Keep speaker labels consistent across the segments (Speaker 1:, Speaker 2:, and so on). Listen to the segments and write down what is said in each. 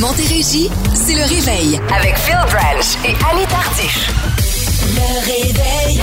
Speaker 1: Montérégie, c'est le réveil
Speaker 2: Avec Phil Branch et Annie Tardif.
Speaker 1: Le réveil.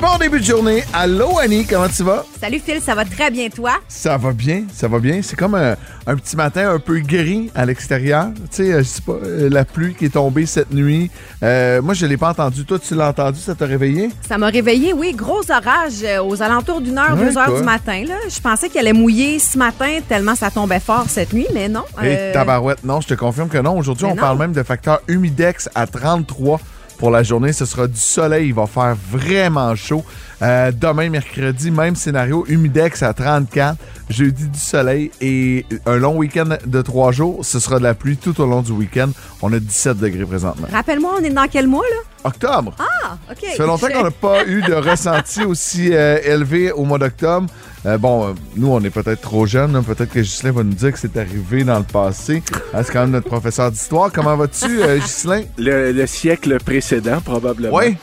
Speaker 3: Bon début de journée. Allô Annie, comment tu vas?
Speaker 4: Salut Phil, ça va très bien toi?
Speaker 3: Ça va bien, ça va bien. C'est comme un, un petit matin un peu gris à l'extérieur. Tu sais, euh, je sais pas, euh, la pluie qui est tombée cette nuit. Euh, moi, je l'ai pas entendu. Toi, tu l'as entendu, ça t'a réveillé?
Speaker 4: Ça m'a réveillé, oui, gros orage euh, aux alentours d'une heure,
Speaker 3: Ouais,
Speaker 4: deux heures
Speaker 3: quoi.
Speaker 4: du matin. Là. Je pensais qu'il allait mouiller ce matin tellement ça tombait fort cette nuit, mais non.
Speaker 3: Et
Speaker 4: euh,
Speaker 3: tabarouette, non, je te confirme que non. Aujourd'hui,
Speaker 4: Mais
Speaker 3: on
Speaker 4: non.
Speaker 3: parle même de facteur humidex à 33 pour la journée. Ce sera du soleil, il va faire vraiment chaud. Euh, demain, mercredi, même scénario, humidex à 34. Jeudi, du soleil et un long week-end de trois jours. Ce sera de la pluie tout au long du week-end. On a 17 degrés présentement.
Speaker 4: Rappelle-moi, on est dans quel mois là?
Speaker 3: Octobre!
Speaker 4: Ah, OK.
Speaker 3: Ça fait longtemps
Speaker 4: Je-
Speaker 3: qu'on n'a pas eu de ressenti aussi euh, élevé au mois d'octobre. Euh, bon, euh, nous, on est peut-être trop jeunes. hein. Peut-être que Ghislain va nous dire que c'est arrivé dans le passé. Ah, c'est quand même notre professeur d'histoire. Comment vas-tu, euh, Ghislain?
Speaker 5: le, le siècle précédent, probablement.
Speaker 3: Oui.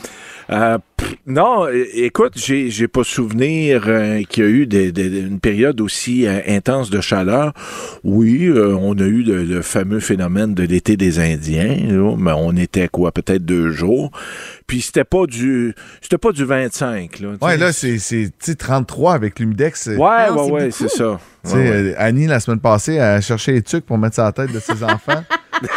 Speaker 5: Euh, pff, non, é- écoute, j'ai j'ai pas souvenir euh, qu'il y a eu des- des- des- une période aussi euh, intense de chaleur. Oui, euh, on a eu le, le fameux phénomène de l'été des Indiens, là, mais on était quoi, peut-être deux jours. Puis c'était pas du c'était pas du 25. Là, tu
Speaker 3: Ouais,
Speaker 5: sais.
Speaker 3: là, c'est c'est, tu sais, 33 avec l'humidex.
Speaker 5: ouais,
Speaker 4: Non,
Speaker 5: ouais,
Speaker 4: c'est
Speaker 5: ouais,
Speaker 4: beaucoup.
Speaker 5: c'est ça.
Speaker 3: Tu sais,
Speaker 5: Ouais, ouais.
Speaker 3: euh, Annie, la semaine passée, a cherché les tucs pour mettre ça à la tête de ses enfants.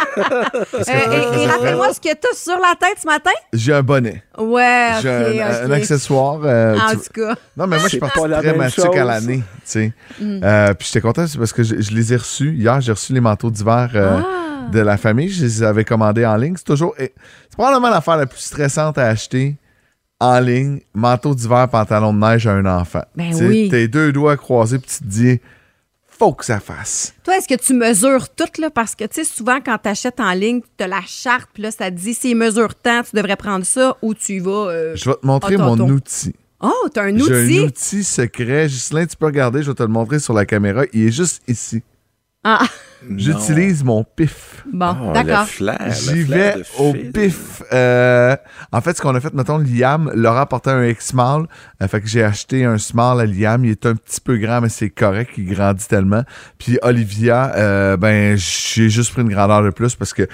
Speaker 3: Parce que
Speaker 4: Euh,
Speaker 3: ça
Speaker 4: et-
Speaker 3: faisait
Speaker 4: et
Speaker 3: frais.
Speaker 4: rappelle-moi ce que t'as sur la tête ce matin?
Speaker 3: J'ai un bonnet.
Speaker 4: Ouais, OK,
Speaker 3: J'ai un,
Speaker 4: OK.
Speaker 3: un accessoire. euh,
Speaker 5: Ah,
Speaker 4: En
Speaker 3: tu-
Speaker 4: tout cas,
Speaker 3: Non, mais moi, je
Speaker 5: C'est
Speaker 3: pense
Speaker 5: pas la
Speaker 3: très
Speaker 5: même
Speaker 3: mature
Speaker 5: chose. Mm.
Speaker 3: à l'année. tu sais. Euh, puis j'étais content, c'est parce que je, je les ai reçus. Hier, j'ai reçu les manteaux d'hiver euh,
Speaker 5: Ah!
Speaker 3: de la famille. Je les avais commandés en ligne. C'est toujours. et- C'est probablement l'affaire la plus stressante à acheter en ligne. Manteau d'hiver, pantalon de neige à un enfant.
Speaker 4: Ben
Speaker 3: Tu sais,
Speaker 4: oui.
Speaker 3: Tes deux doigts croisés, puis tu te dis, faut que ça fasse.
Speaker 4: toi, est-ce que tu mesures tout là? Parce que, tu sais, souvent, quand t'achètes en ligne, t'as la charte, puis là, ça te dit, si mesure tant, tu devrais prendre ça ou tu y vas. euh,
Speaker 3: Je vais te montrer
Speaker 4: Ah,
Speaker 3: mon
Speaker 4: tonton.
Speaker 3: outil.
Speaker 4: Oh, t'as un
Speaker 3: J'ai un
Speaker 4: outil?
Speaker 3: outil secret. Ghislain, tu peux regarder, je vais te le montrer sur la caméra. Il est juste ici.
Speaker 4: Ah,
Speaker 3: J'utilise mon pif.
Speaker 4: bon,
Speaker 5: Ah, le
Speaker 4: d'accord.
Speaker 5: flair, le
Speaker 3: euh, J'y
Speaker 5: flair
Speaker 3: vais
Speaker 5: de
Speaker 3: au
Speaker 5: fil.
Speaker 3: pif. Euh, en fait, ce qu'on a fait, mettons, Liam, Laura portait un X-Small. Euh, fait que j'ai acheté un Small à Liam. Il est un petit peu grand, mais c'est correct. Il grandit tellement. Puis Olivia, euh, ben, j'ai juste pris une grandeur de plus parce que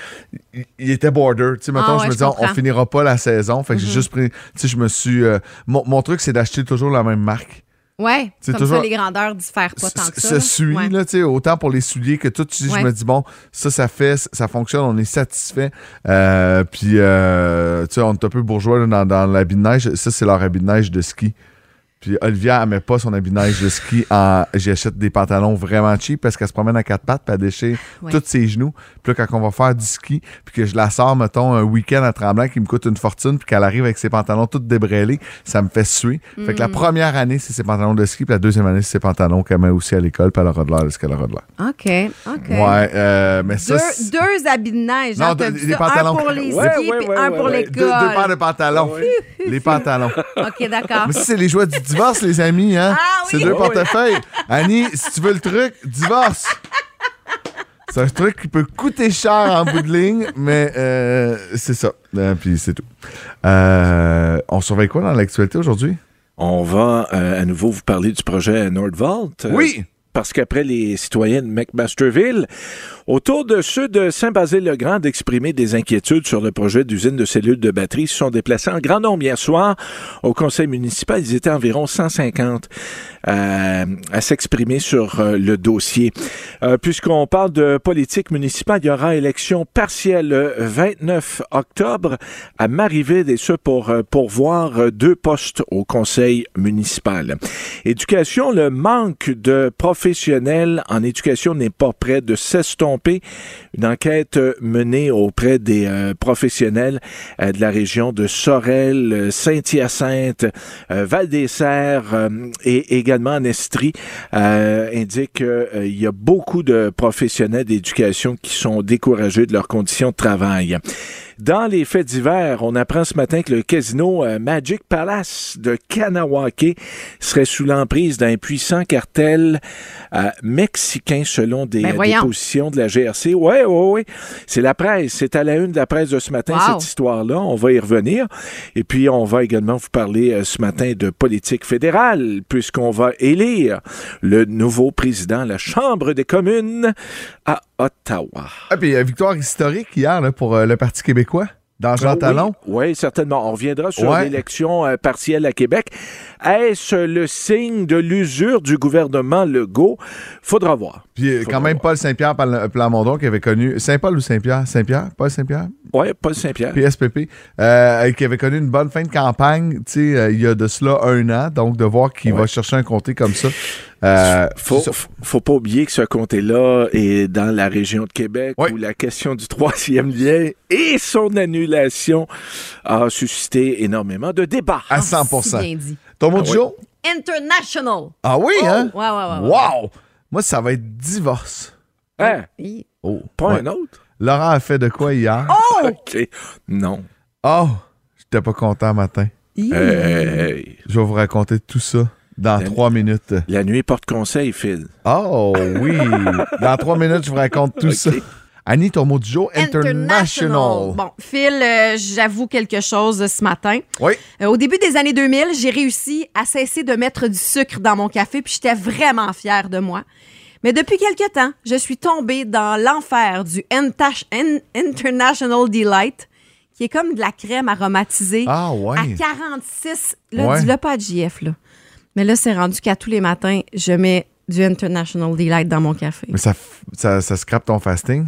Speaker 3: il- il était border. Tu sais, mettons,
Speaker 4: Ah ouais,
Speaker 3: je
Speaker 4: je
Speaker 3: me disais, on
Speaker 4: comprends. Mm-hmm.
Speaker 3: finira pas la saison. Fait que j'ai juste pris. Tu sais, je me suis. euh, mon, mon truc, c'est d'acheter toujours la même marque.
Speaker 4: Ouais,
Speaker 3: C'est
Speaker 4: comme
Speaker 3: toujours-
Speaker 4: ça, les grandeurs diffèrent pas tant que ça.
Speaker 3: se
Speaker 4: là.
Speaker 3: suit,
Speaker 4: Ouais.
Speaker 3: là, tu sais, autant pour les souliers que tout. tu sais,
Speaker 4: Ouais.
Speaker 3: Je me dis, bon, ça, ça fait, ça fonctionne, on est satisfait. Euh, puis, euh, tu sais, on est un peu bourgeois là, dans, dans l'habit de neige. Ça, c'est leur habit de neige de ski. Puis, Olivia, elle met pas son habit de neige de ski. En... J'achète des pantalons vraiment cheap parce qu'elle se promène à quatre pattes, puis elle déchire
Speaker 4: Ouais.
Speaker 3: tous ses genoux. Puis là, quand on va faire du ski, puis que je la sors, mettons, un week-end à Tremblant qui me coûte une fortune, puis qu'elle arrive avec ses pantalons tous débrêlés, ça me fait suer. Fait
Speaker 4: Mm.
Speaker 3: que la première année, c'est ses pantalons de ski, puis la deuxième année, c'est ses pantalons qu'elle met aussi à l'école, puis elle aura de l'air de ce qu'elle aura de l'air.
Speaker 4: OK, OK.
Speaker 3: Ouais, euh, mais ça.
Speaker 4: Deux,
Speaker 3: c'est-
Speaker 4: deux habits de neige.
Speaker 3: Non,
Speaker 4: hein,
Speaker 3: deux-
Speaker 4: t'as vu
Speaker 3: des
Speaker 4: ça?
Speaker 3: pantalons.
Speaker 4: Un pour les skis
Speaker 5: Ouais, ouais,
Speaker 4: puis
Speaker 5: ouais,
Speaker 4: un
Speaker 5: ouais,
Speaker 4: pour
Speaker 5: ouais.
Speaker 3: deux, deux paires de
Speaker 4: l'école.
Speaker 3: pantalons. Les pantalons.
Speaker 4: OK, d'accord.
Speaker 3: Mais ça, c'est les joies du divorce, les amis, hein?
Speaker 4: Ah oui!
Speaker 3: C'est
Speaker 5: Ah
Speaker 3: deux
Speaker 5: oui.
Speaker 3: portefeuilles. Annie, si tu veux le truc, divorce. C'est un truc qui peut coûter cher en bout de ligne, mais euh, c'est ça. Euh, puis c'est tout. Euh, on surveille quoi dans l'actualité aujourd'hui?
Speaker 5: On va euh, à nouveau vous parler du projet Nordvolt. Euh,
Speaker 3: Oui.
Speaker 5: Parce qu'après les citoyens de McMasterville, autour de ceux de Saint-Basile-le-Grand d'exprimer des inquiétudes sur le projet d'usine de cellules de batterie se sont déplacés en grand nombre hier soir au conseil municipal. Ils étaient environ 150 euh, à s'exprimer sur euh, le dossier. Euh, Puisqu'on parle de politique municipale, il y aura élection partielle le 29 octobre à Marieville et ce pour euh, pourvoir euh, deux postes au conseil municipal. Éducation, le manque de professionnels en éducation n'est pas près de s'estomper. Une enquête euh, menée auprès des euh, professionnels euh, de la région de Sorel, euh, Saint-Hyacinthe, euh, Val-des-Serres euh, et également en Estrie euh, indique qu'il y a beaucoup de professionnels d'éducation qui sont découragés de leurs conditions de travail. Dans les faits divers, on apprend ce matin que le casino euh, Magic Palace de Kanawake serait sous l'emprise d'un puissant cartel euh, mexicain selon des,
Speaker 4: Ben
Speaker 5: euh, des
Speaker 4: voyons.
Speaker 5: positions de la GRC. Ouais, ouais, ouais. C'est la presse. C'est à la une de la presse de ce matin,
Speaker 4: Wow.
Speaker 5: cette histoire-là. On va y revenir. Et puis, on va également vous parler euh, ce matin de politique fédérale, puisqu'on va élire le nouveau président de la Chambre des communes à Ottawa.
Speaker 3: Ah, puis euh, victoire historique hier là, pour euh, le Parti québécois dans Jean Talon.
Speaker 5: Ben Oui, oui, certainement. On reviendra sur
Speaker 3: Ouais.
Speaker 5: l'élection euh, partielle à Québec. Est-ce le signe de l'usure du gouvernement Legault? Faudra voir.
Speaker 3: Puis euh,
Speaker 5: Faudra
Speaker 3: quand même
Speaker 5: voir.
Speaker 3: Paul Saint-Pierre Pal- Plamondon qui avait connu Saint-Paul ou Saint-Pierre, Saint-Pierre, Paul Saint-Pierre,
Speaker 5: Oui, Paul Saint-Pierre.
Speaker 3: PSPP, euh, qui avait connu une bonne fin de campagne, tu sais, euh, il y a de cela un an, donc de voir qu'il va chercher un comté comme ça. euh,
Speaker 5: Faut,
Speaker 3: c'est ça.
Speaker 5: f- faut pas oublier que ce comté-là est dans la région de Québec
Speaker 3: Ouais.
Speaker 5: où la question du troisième lien et son annulation a suscité énormément de débats.
Speaker 4: Oh,
Speaker 6: Ah,
Speaker 3: à
Speaker 6: si
Speaker 3: 100
Speaker 6: bien dit.
Speaker 3: Ton mot du
Speaker 5: Ah
Speaker 3: jour?
Speaker 6: International.
Speaker 3: Ah
Speaker 4: Oh,
Speaker 3: oui, hein?
Speaker 6: Ouais, Oh, ouais, ouais, ouais.
Speaker 3: Wow! Moi, ça va être divorce.
Speaker 5: Hein?
Speaker 6: Hi.
Speaker 3: Oh,
Speaker 5: Pas
Speaker 3: ouais. Oh.
Speaker 5: un autre?
Speaker 3: Laurent a fait de quoi hier?
Speaker 6: Oh!
Speaker 5: OK. Non.
Speaker 3: Oh! J'étais pas content matin.
Speaker 6: Hi.
Speaker 3: Euh,
Speaker 5: Hey,
Speaker 3: Je vais vous raconter tout ça dans
Speaker 5: Salut.
Speaker 3: trois minutes.
Speaker 5: la nuit porte conseil, Phil.
Speaker 3: Oh oui! dans trois minutes, je vous raconte tout ça. Annie, ton mot du jour, international.
Speaker 6: Bon, Phil, euh, j'avoue quelque chose euh, ce matin.
Speaker 3: Oui.
Speaker 6: Euh, au début des années 2000, j'ai réussi à cesser de mettre du sucre dans mon café, puis j'étais vraiment fière de moi. Mais depuis quelque temps, je suis tombée dans l'enfer du Entash- En- International Delight, qui est comme de la crème aromatisée
Speaker 3: Ah ouais.
Speaker 6: à 46. Là,
Speaker 3: Ouais.
Speaker 6: dis-le pas à JF, là. Mais là, c'est rendu qu'à tous les matins, je mets du International Delight dans mon café.
Speaker 3: Mais ça, f- ça, ça scrape ton fasting?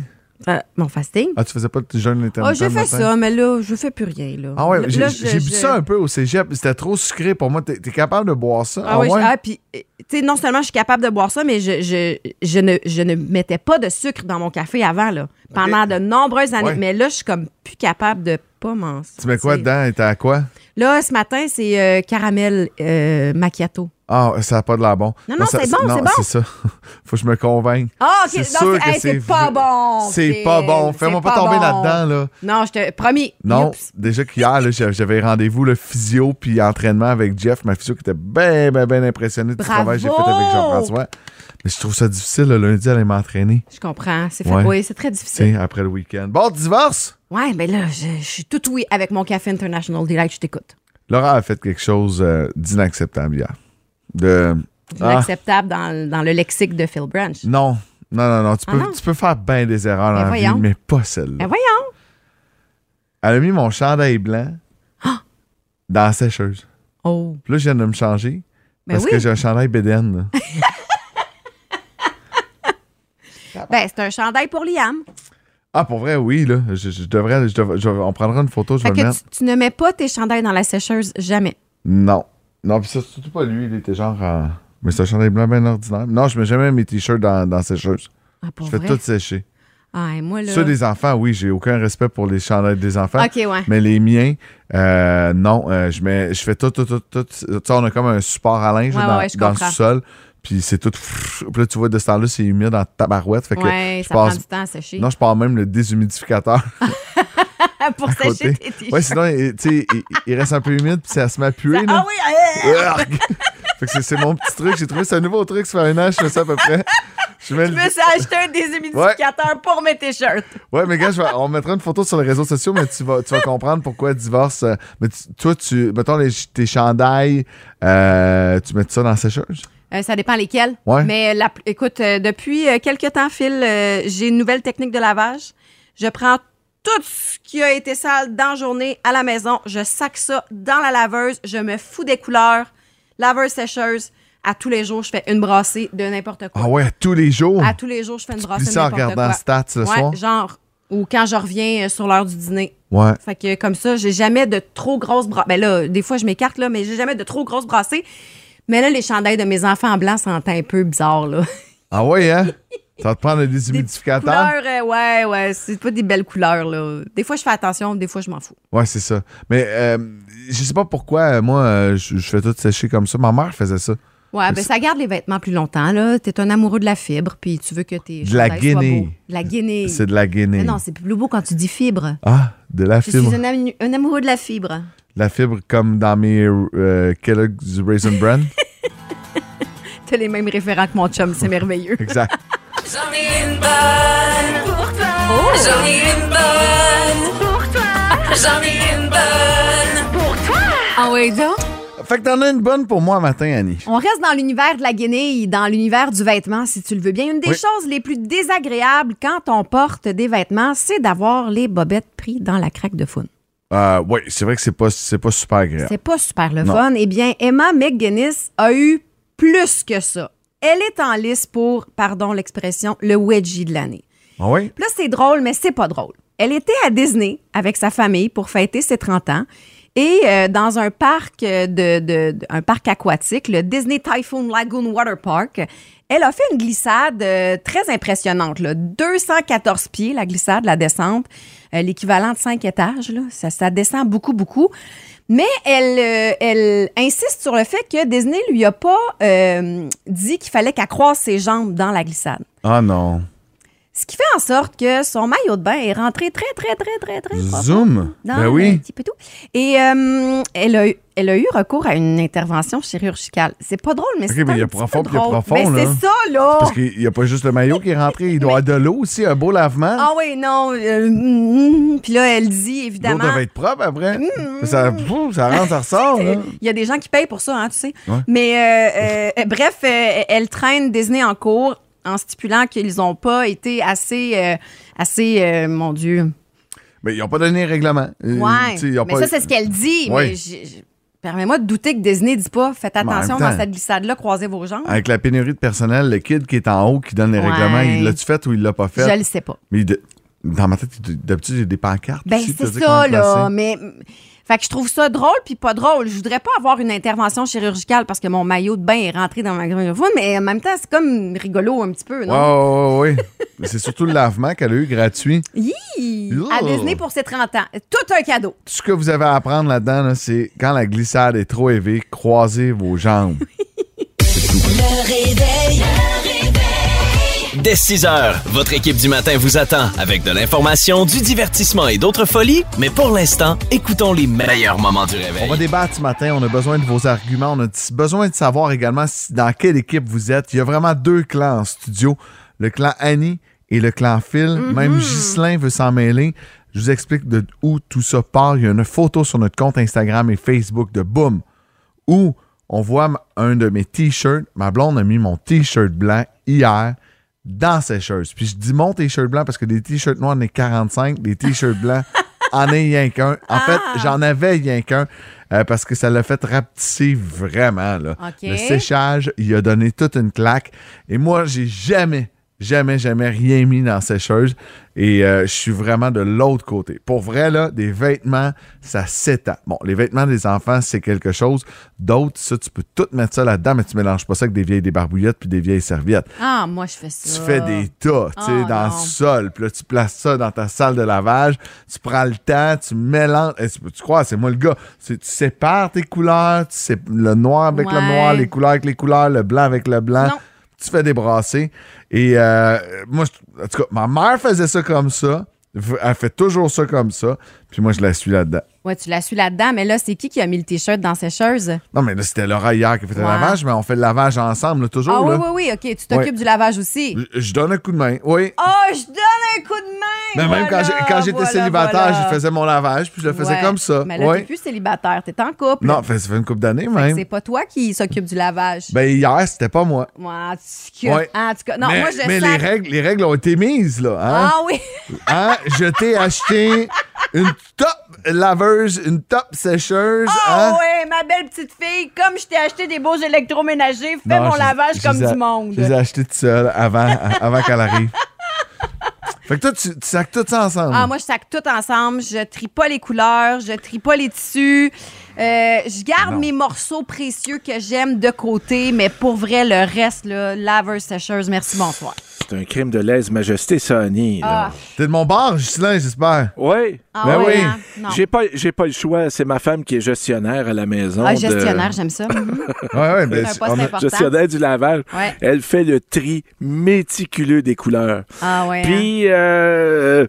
Speaker 6: Euh, mon fasting.
Speaker 3: Ah, tu faisais pas de jeûne
Speaker 6: Ah,
Speaker 3: intermittent?
Speaker 6: j'ai
Speaker 3: le
Speaker 6: fait
Speaker 3: matin?
Speaker 6: ça, mais là, je fais plus rien. Là.
Speaker 3: Ah ouais,
Speaker 6: Là,
Speaker 3: j'ai
Speaker 6: là, je-
Speaker 3: j'ai bu
Speaker 6: je-
Speaker 3: ça un peu au cégep. C'était trop sucré pour moi. T'es t'es capable de boire ça?
Speaker 6: Ah, oui,
Speaker 3: ouais?
Speaker 6: je- ah, puis, euh, tu sais, non seulement je suis capable de boire ça, mais je, je, je ne, je ne mettais pas de sucre dans mon café avant, là, pendant de nombreuses années.
Speaker 3: Ouais.
Speaker 6: Mais là, je suis comme plus capable de pas m'en
Speaker 3: Tu mets quoi
Speaker 6: sortir.
Speaker 3: dedans et t'as à quoi?
Speaker 6: Là, ce matin, c'est euh, caramel euh, macchiato.
Speaker 3: Ah, ça n'a pas de la bon. Ah,
Speaker 6: Non, non,
Speaker 3: ça-
Speaker 6: c'est bon,
Speaker 3: non,
Speaker 6: c'est bon.
Speaker 3: c'est ça. Faut que je me convainque.
Speaker 6: Ah, OK.
Speaker 3: C'est
Speaker 6: non,
Speaker 3: sûr
Speaker 6: c'est-
Speaker 3: que
Speaker 6: hey, c'est
Speaker 3: c'est
Speaker 6: pas
Speaker 3: vrai.
Speaker 6: bon.
Speaker 3: C'est
Speaker 6: Phil,
Speaker 3: pas bon.
Speaker 6: c'est
Speaker 3: Fais-moi pas
Speaker 6: pas
Speaker 3: tomber
Speaker 6: bon.
Speaker 3: là-dedans, là.
Speaker 6: Non, je te. Promis.
Speaker 3: Non,
Speaker 6: Oups.
Speaker 3: déjà qu'hier, là, j'a- j'avais rendez-vous le physio puis entraînement avec Jeff, ma physio qui était bien, bien, bien impressionnée du
Speaker 6: Bravo!
Speaker 3: travail que j'ai fait avec Jean-François. Mais je trouve ça difficile le lundi d'aller m'entraîner,
Speaker 6: Je comprends. C'est fait.
Speaker 3: Ouais.
Speaker 6: Oui, c'est très
Speaker 3: tu
Speaker 6: difficile.
Speaker 3: sais, après le week-end. Bon, divorce!
Speaker 6: Ouais, mais là, je, je suis tout oui avec mon café International Delight. Je t'écoute.
Speaker 3: Laura a fait quelque chose euh, d'inacceptable hier. De.
Speaker 6: C'est
Speaker 3: Ah, Mm.
Speaker 6: acceptable dans, dans le lexique de Phil Branch.
Speaker 3: non, non, non, non. Tu peux,
Speaker 6: Ah non?
Speaker 3: tu peux faire bien des erreurs
Speaker 6: Ben
Speaker 3: dans la vie,
Speaker 6: voyons.
Speaker 3: mais pas celle-là.
Speaker 6: Ben voyons.
Speaker 3: Elle a mis mon chandail blanc
Speaker 6: Ah!
Speaker 3: dans la sécheuse.
Speaker 6: Oh.
Speaker 3: Puis là, je viens de me changer
Speaker 6: Ben
Speaker 3: parce
Speaker 6: oui.
Speaker 3: que j'ai un chandail bédaine. là.
Speaker 6: Ben, c'est un chandail pour Liam.
Speaker 3: Ah, pour vrai, oui, là. Je, je devrais. je devrais- je- on prendra une photo, je vais
Speaker 6: Fait
Speaker 3: le
Speaker 6: que
Speaker 3: mettre.
Speaker 6: tu, tu ne mets pas tes chandails dans la sécheuse jamais.
Speaker 3: Non. Non, pis ça, c'est surtout pas lui. Il était genre. euh, Mais c'est un chandail blanc bien ordinaire. Non, je mets jamais mes t-shirts dans, dans sécheuse.
Speaker 6: Ah, pour
Speaker 3: je fais
Speaker 6: vrai?
Speaker 3: tout sécher.
Speaker 6: Ah, et moi, là...
Speaker 3: Ceux des enfants, oui, j'ai aucun respect pour les chandails des enfants.
Speaker 6: OK, ouais.
Speaker 3: Mais les miens, euh, non, euh, je mets, je fais tout, tout, tout, tout. Tu sais, on a comme un support à linge
Speaker 6: Ouais,
Speaker 3: là, dans,
Speaker 6: ouais, ouais, je
Speaker 3: dans le
Speaker 6: comprends.
Speaker 3: sous-sol. Puis c'est tout. Puis là, tu vois, de ce temps-là, c'est humide dans ta barouette. Fait que
Speaker 6: Ouais,
Speaker 3: je
Speaker 6: ça
Speaker 3: passe.
Speaker 6: prend du temps à sécher.
Speaker 3: Non, je pars même le déshumidificateur.
Speaker 6: Ah, pour
Speaker 3: à côté.
Speaker 6: sécher tes t-shirts.
Speaker 3: Ouais, sinon, il- tu sais, il, il reste un peu humide, puis ça se met à puer. là.
Speaker 6: ah oui! euh,
Speaker 3: Urgh! fait que c'est- c'est mon petit truc. J'ai trouvé c'est un nouveau truc. Ça fait un an, je fais ça à peu près. Je mets
Speaker 6: je
Speaker 3: le-
Speaker 6: me suis acheté un déshumidificateur pour mes t-shirts.
Speaker 3: Ouais, mais gars, je vais- on mettra une photo sur les réseaux sociaux, mais tu vas, tu vas comprendre pourquoi divorce. euh, mais tu- toi, tu, mettons les- tes chandails, euh, tu mets ça dans la sécheuse.
Speaker 6: Euh, ça dépend lesquels.
Speaker 3: Ouais.
Speaker 6: Mais la- écoute, euh, depuis euh, quelques temps, Phil, euh, j'ai une nouvelle technique de lavage. Je prends tout ce qui a été sale dans la journée à la maison. Je sac ça dans la laveuse. Je me fous des couleurs. Laveuse sécheuse. À tous les jours, je fais une brassée de n'importe quoi.
Speaker 3: Ah ouais, tous les jours.
Speaker 6: À tous les jours, je fais une brassée
Speaker 3: Dis
Speaker 6: de
Speaker 3: ça en
Speaker 6: n'importe quoi.
Speaker 3: regardant stats le
Speaker 6: Ouais,
Speaker 3: soir.
Speaker 6: genre. Ou quand je reviens euh, sur l'heure du dîner.
Speaker 3: Ouais.
Speaker 6: Fait que comme ça, j'ai jamais de trop grosses brassées. Ben là, des fois, je m'écarte, là, mais j'ai jamais de trop grosses brassées. Mais là, les chandails de mes enfants blancs sentent un peu bizarre, là.
Speaker 3: Ah ouais, hein? Ça va te prendre un
Speaker 6: Des
Speaker 3: déshumidificateur.
Speaker 6: couleurs, euh, ouais, ouais, c'est pas des belles couleurs, là. Des fois, je fais attention, des fois, je m'en fous.
Speaker 3: Ouais, c'est ça. Mais euh, je sais pas pourquoi, euh, moi, euh, je je fais tout sécher comme ça. Ma mère faisait ça.
Speaker 6: Ouais, ben ça garde les vêtements plus longtemps, là. T'es un amoureux de la fibre, puis tu veux que tes
Speaker 3: De la
Speaker 6: chandails soient
Speaker 3: Guinée.
Speaker 6: beaux. De la guinée.
Speaker 3: C'est de la
Speaker 6: Mais
Speaker 3: Guinée.
Speaker 6: non, c'est plus beau quand tu dis fibre.
Speaker 3: Ah, de la
Speaker 6: Je
Speaker 3: fibre.
Speaker 6: suis un, ami- un amoureux de la fibre.
Speaker 3: La fibre comme dans mes euh, Kellogg's Raisin Bran.
Speaker 6: T'as les mêmes référents que mon chum, c'est merveilleux.
Speaker 3: exact.
Speaker 7: J'en ai une bonne pour toi.
Speaker 8: Oh.
Speaker 7: J'en ai une bonne pour toi. J'en ai une bonne.
Speaker 6: Ah oui, donc?
Speaker 3: Fait que t'en as une bonne pour moi matin, Annie.
Speaker 6: On reste dans l'univers de la guenille, dans l'univers du vêtement, si tu le veux bien. Une des
Speaker 3: Oui.
Speaker 6: choses les plus désagréables quand on porte des vêtements, c'est d'avoir les bobettes pris dans la craque de foune.
Speaker 3: Euh, oui, c'est vrai que c'est pas, c'est pas super agréable.
Speaker 6: C'est pas super le
Speaker 3: Ah. Non.
Speaker 6: fun. Eh bien, Emma McGuinness a eu plus que ça. Elle est en lice pour, pardon l'expression, le wedgie de l'année.
Speaker 3: Ah oui?
Speaker 6: Puis Là, c'est drôle, mais c'est pas drôle. Elle était à Disney avec sa famille pour fêter ses 30 ans. Et euh, dans un parc, euh, de, de- de- un parc aquatique, le Disney Typhoon Lagoon Water Park, elle a fait une glissade euh, très impressionnante. là. 214 pieds, la glissade, la descente, euh, l'équivalent de 5 étages. là. Ça, ça descend beaucoup, beaucoup. Mais elle, euh, elle insiste sur le fait que Disney lui a pas euh, dit qu'il fallait qu'elle croise ses jambes dans la glissade.
Speaker 3: Ah non.
Speaker 6: Ce qui fait en sorte que son maillot de bain est rentré très, très, très, très, très profond
Speaker 3: Zoom?
Speaker 6: dans
Speaker 3: ben
Speaker 6: un
Speaker 3: oui.
Speaker 6: petit peu tout. Et euh, elle, a, eu- elle a eu recours à une intervention chirurgicale. C'est pas drôle, mais
Speaker 3: Ok,
Speaker 6: c'est
Speaker 3: mais
Speaker 6: un
Speaker 3: il y a
Speaker 6: petit
Speaker 3: profond,
Speaker 6: peu
Speaker 3: puis il y a
Speaker 6: drôle.
Speaker 3: profond,
Speaker 6: Mais
Speaker 3: là.
Speaker 6: c'est ça, là!
Speaker 3: Parce qu'il y a pas juste le maillot qui est rentré, il doit y avoir de l'eau aussi, un beau lavement.
Speaker 6: Ah oui, non. euh, mm, mm. puis là, elle dit,
Speaker 3: L'eau
Speaker 6: évidemment... Mm,
Speaker 3: devait être propre après. Ça, pfff, ça rentre, ça ressort. là.
Speaker 6: Il y a des gens qui payent pour ça, hein, tu sais.
Speaker 3: Ouais.
Speaker 6: Mais euh, euh, bref, euh, elle traîne Disney en cours en stipulant qu'ils n'ont pas été assez, euh, assez, euh, mon Dieu.
Speaker 3: Mais ils n'ont pas donné le règlement. Euh,
Speaker 6: Ouais.
Speaker 3: tu sais, ils ont
Speaker 6: mais
Speaker 3: pas-
Speaker 6: ça, c'est ce qu'elle dit.
Speaker 3: Ouais.
Speaker 6: Mais j'ai- j'ai- permets-moi de douter que Disney dit pas faites
Speaker 3: en même
Speaker 6: attention
Speaker 3: temps-
Speaker 6: dans cette glissade-là, croisez vos jambes.
Speaker 3: Avec la pénurie de personnel, le kid qui est en haut qui donne les
Speaker 6: Ouais.
Speaker 3: règlements, il l'a-tu fait ou il l'a pas fait?
Speaker 6: Je le sais pas.
Speaker 3: Mais de- dans ma tête, il- d'habitude, il y a des pancartes.
Speaker 6: Ben,
Speaker 3: aussi,
Speaker 6: c'est
Speaker 3: pour dire comment
Speaker 6: ça,
Speaker 3: le
Speaker 6: là.
Speaker 3: placer.
Speaker 6: Mais. Fait que je trouve ça drôle puis pas drôle. Je voudrais pas avoir une intervention chirurgicale parce que mon maillot de bain est rentré dans ma grande mais en même temps, c'est comme rigolo un petit peu, non?
Speaker 3: Ouais, ouais, ouais, ouais. Mais c'est surtout le lavement qu'elle a eu gratuit.
Speaker 6: Hi!
Speaker 3: Ugh.
Speaker 6: À Disney pour ses 30 ans. Tout un cadeau.
Speaker 3: Tout ce que vous avez à apprendre là-dedans, là, c'est quand la glissade est trop élevée, croisez vos jambes.
Speaker 9: Dès 6 heures, votre équipe du matin vous attend avec de l'information, du divertissement et d'autres folies. Mais pour l'instant, écoutons les meilleurs moments du réveil.
Speaker 3: On va débattre ce matin. On a besoin de vos arguments. On a t- besoin de savoir également si- dans quelle équipe vous êtes. Il y a vraiment deux clans en studio. Le clan Annie et le clan Phil. Même Ghislain veut s'en mêler. Je vous explique de où tout ça part. Il y a une photo sur notre compte Instagram et Facebook de Boom où on voit m- un de mes t-shirts. Ma blonde a mis mon t-shirt blanc hier dans ses choses. Puis je dis mon t-shirt blanc parce que des t-shirts noirs, on est 45. Des t-shirts blancs, en est rien qu'un. En fait, j'en avais rien qu'un euh, parce que ça l'a fait rapetisser vraiment. Là.
Speaker 6: OK.
Speaker 3: Le séchage, il a donné toute une claque. Et moi, j'ai jamais, jamais, jamais rien mis dans la sécheuse. Et euh, je suis vraiment de l'autre côté. Pour vrai, là, des vêtements, ça s'étend. Bon, les vêtements des enfants, c'est quelque chose. D'autres, ça, tu peux tout mettre ça là-dedans, mais tu mélanges pas ça avec des vieilles débarbouillettes puis des vieilles serviettes
Speaker 6: Ah, moi, je fais ça.
Speaker 3: tu fais des tas, tu sais,
Speaker 6: Oh,
Speaker 3: dans
Speaker 6: non.
Speaker 3: le sol. Puis là, tu places ça dans ta salle de lavage. Tu prends le temps, tu mélanges. Eh, tu, tu crois, c'est moi le gars. C'est- Tu sépares tes couleurs. Tu sais, le noir avec le
Speaker 6: Ouais.
Speaker 3: noir, les couleurs avec les couleurs, le blanc avec le blanc.
Speaker 6: Non.
Speaker 3: Tu fais des brassées. Et euh, moi, je- en tout cas, ma mère faisait ça comme ça. V- Elle fait toujours ça comme ça. Puis moi, je la suis là-dedans.
Speaker 6: Ouais, tu la suis là-dedans, mais là, c'est qui qui a mis le T-shirt dans sécheuse?
Speaker 3: Non, mais là, c'était Laura hier qui a fait le
Speaker 6: Ouais.
Speaker 3: lavage, mais on fait le lavage ensemble, là, toujours.
Speaker 6: Ah oui,
Speaker 3: là.
Speaker 6: oui, oui, OK. Tu t'occupes
Speaker 3: Ouais.
Speaker 6: du lavage aussi.
Speaker 3: Je- Je donne un coup de main. Oui.
Speaker 6: Oh, je donne un coup de main!
Speaker 3: Mais même quand
Speaker 6: Voilà,
Speaker 3: j'ai- quand j'étais
Speaker 6: voilà,
Speaker 3: célibataire,
Speaker 6: voilà.
Speaker 3: je faisais mon lavage, puis je le faisais
Speaker 6: Ouais.
Speaker 3: comme ça.
Speaker 6: Mais là,
Speaker 3: Ouais.
Speaker 6: t'es plus célibataire, t'es en couple.
Speaker 3: Non, fait- ça fait une couple d'années
Speaker 6: Fait que
Speaker 3: même.
Speaker 6: C'est pas toi qui s'occupe du lavage.
Speaker 3: Ben hier, c'était pas moi.
Speaker 6: Moi, en tout cas-
Speaker 3: Ouais.
Speaker 6: en tout cas, Euh, non,
Speaker 3: mais,
Speaker 6: moi, je
Speaker 3: mais les
Speaker 6: sac-
Speaker 3: règles, les règles ont été mises là. Hein?
Speaker 6: Ah oui!
Speaker 3: Hein? Je t'ai acheté une top laveuse, une top sécheuse. hein?
Speaker 6: Ah ouais, ma belle petite fille, comme je t'ai acheté des beaux électroménagers, fais
Speaker 3: Non,
Speaker 6: mon
Speaker 3: je-
Speaker 6: lavage
Speaker 3: je
Speaker 6: comme
Speaker 3: les ai-
Speaker 6: du monde.
Speaker 3: Je les ai achetés tout seul avant, avant qu'elle arrive. Fait que toi, tu, tu sacs tout ça ensemble.
Speaker 6: Ah, moi, je sac tout ensemble. Je trie pas les couleurs, je trie pas les tissus. Euh, je garde mes morceaux précieux que j'aime de côté, mais pour vrai, le reste, là, laveuse, sécheuse, merci, bonsoir.
Speaker 5: C'est un crime de lèse-majesté, ça, Annie. là.
Speaker 3: T'es de mon bord, Justin, j'espère.
Speaker 5: Ouais.
Speaker 6: Ah
Speaker 3: Ben oui.
Speaker 6: hein? Non.
Speaker 5: J'ai pas, j'ai pas le choix. C'est ma femme qui est gestionnaire à la maison.
Speaker 6: Ah,
Speaker 5: de-
Speaker 6: gestionnaire, j'aime ça. Mhm.
Speaker 3: Ouais, ouais, ben,
Speaker 6: C'est un poste
Speaker 3: on a-
Speaker 6: important.
Speaker 5: gestionnaire du lavage.
Speaker 6: Ouais.
Speaker 5: Elle fait le tri méticuleux des couleurs.
Speaker 6: Ah ouais. hein?
Speaker 5: Puis, euh,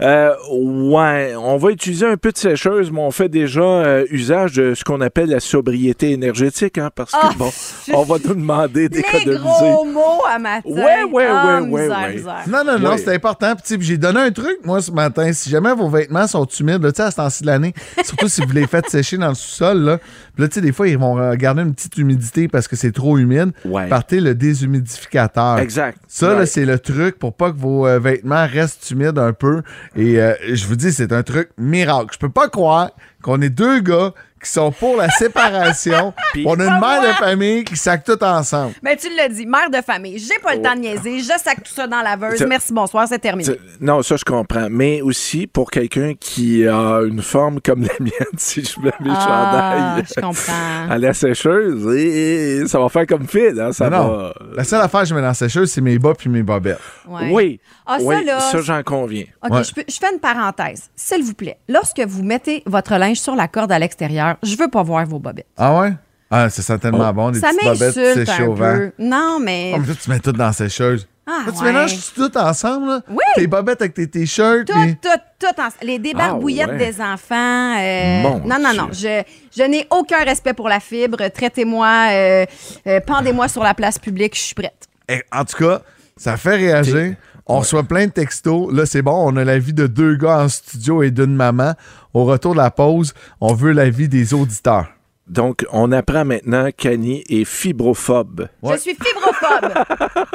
Speaker 5: euh, ouais, on va utiliser un peu de sécheuse, mais on fait déjà euh, usage davantage de ce qu'on appelle la sobriété énergétique, hein, parce que,
Speaker 6: Ah,
Speaker 5: bon,
Speaker 6: je-
Speaker 5: on va nous demander
Speaker 6: Les
Speaker 5: d'économiser.
Speaker 6: gros mots à matin.
Speaker 5: Ouais, ouais,
Speaker 6: Ah,
Speaker 5: ouais, ouais,
Speaker 6: misère,
Speaker 5: ouais.
Speaker 6: misère.
Speaker 3: Non, non, non,
Speaker 5: Ouais.
Speaker 3: c'est important. Puis, tu sais, j'ai donné un truc, moi, ce matin. Si jamais vos vêtements sont humides, là, tu sais, à ce temps-ci de l'année, surtout si vous les faites sécher dans le sous-sol, là, Puis là, tu sais, des fois, ils vont euh, garder une petite humidité parce que c'est trop humide.
Speaker 5: Ouais.
Speaker 3: Partez le déshumidificateur.
Speaker 5: Exact.
Speaker 3: Ça, là,
Speaker 5: Ouais.
Speaker 3: c'est le truc pour pas que vos euh, vêtements restent humides un peu. Et euh, je vous dis, c'est un truc miracle. Je peux pas croire qu'on est deux gars qui sont pour la séparation. on a une mère de famille qui sac tout ensemble.
Speaker 6: Mais Ben, tu l'as dit, mère de famille, j'ai pas le temps de niaiser, je sac tout ça dans la veuse.
Speaker 5: Ça-
Speaker 6: Merci, bonsoir, c'est terminé.
Speaker 5: Oh. C'est- Non, ça, je comprends. Mais aussi, pour quelqu'un qui a une forme comme la mienne, si je mets mes
Speaker 6: Ah,
Speaker 5: chandails
Speaker 6: je comprends.
Speaker 5: à la sécheuse, eh, eh, ça va faire comme Phil, hein, ça
Speaker 3: Non, non.
Speaker 5: va...
Speaker 3: La seule affaire que je mets dans la sécheuse, c'est mes bas puis mes bobettes.
Speaker 6: Ouais.
Speaker 5: Oui,
Speaker 6: Ah, ça,
Speaker 5: oui,
Speaker 6: là,
Speaker 5: ça j'en conviens.
Speaker 6: OK,
Speaker 3: Ouais.
Speaker 6: je, peux- je fais une parenthèse. S'il vous plaît, lorsque vous mettez votre linge sur la corde à l'extérieur, je veux pas voir vos bobettes.
Speaker 3: Ah ouais? Ah, ça sent tellement bon, des
Speaker 6: Ça
Speaker 3: petites bobettes
Speaker 6: m'insulte
Speaker 3: séchées
Speaker 6: un
Speaker 3: au vent.
Speaker 6: peu. Non, mais
Speaker 3: Oh, mais là, tu mets tout dans la sécheuse.
Speaker 6: Ah,
Speaker 3: Là, tu
Speaker 6: ouais.
Speaker 3: mélanges tout ensemble, là.
Speaker 6: Oui.
Speaker 3: Tes bobettes avec tes t-shirts.
Speaker 6: tout,
Speaker 3: puis-
Speaker 6: tout, tout. en- Les débarbouillettes
Speaker 5: Ah, ouais.
Speaker 6: des enfants. euh,
Speaker 5: Mon
Speaker 6: non, non, non. Je, je n'ai aucun respect pour la fibre. Traitez-moi, euh, euh, pendez-moi sur la place publique. Je suis prête.
Speaker 3: Eh, En tout cas, ça fait réagir. On reçoit plein de textos. Là, c'est bon, on a l'avis de deux gars en studio et d'une maman. Au retour de la pause, on veut l'avis des auditeurs.
Speaker 5: Donc, on apprend maintenant qu'Annie est fibrophobe.
Speaker 3: Ouais.
Speaker 6: Je suis fibrophobe.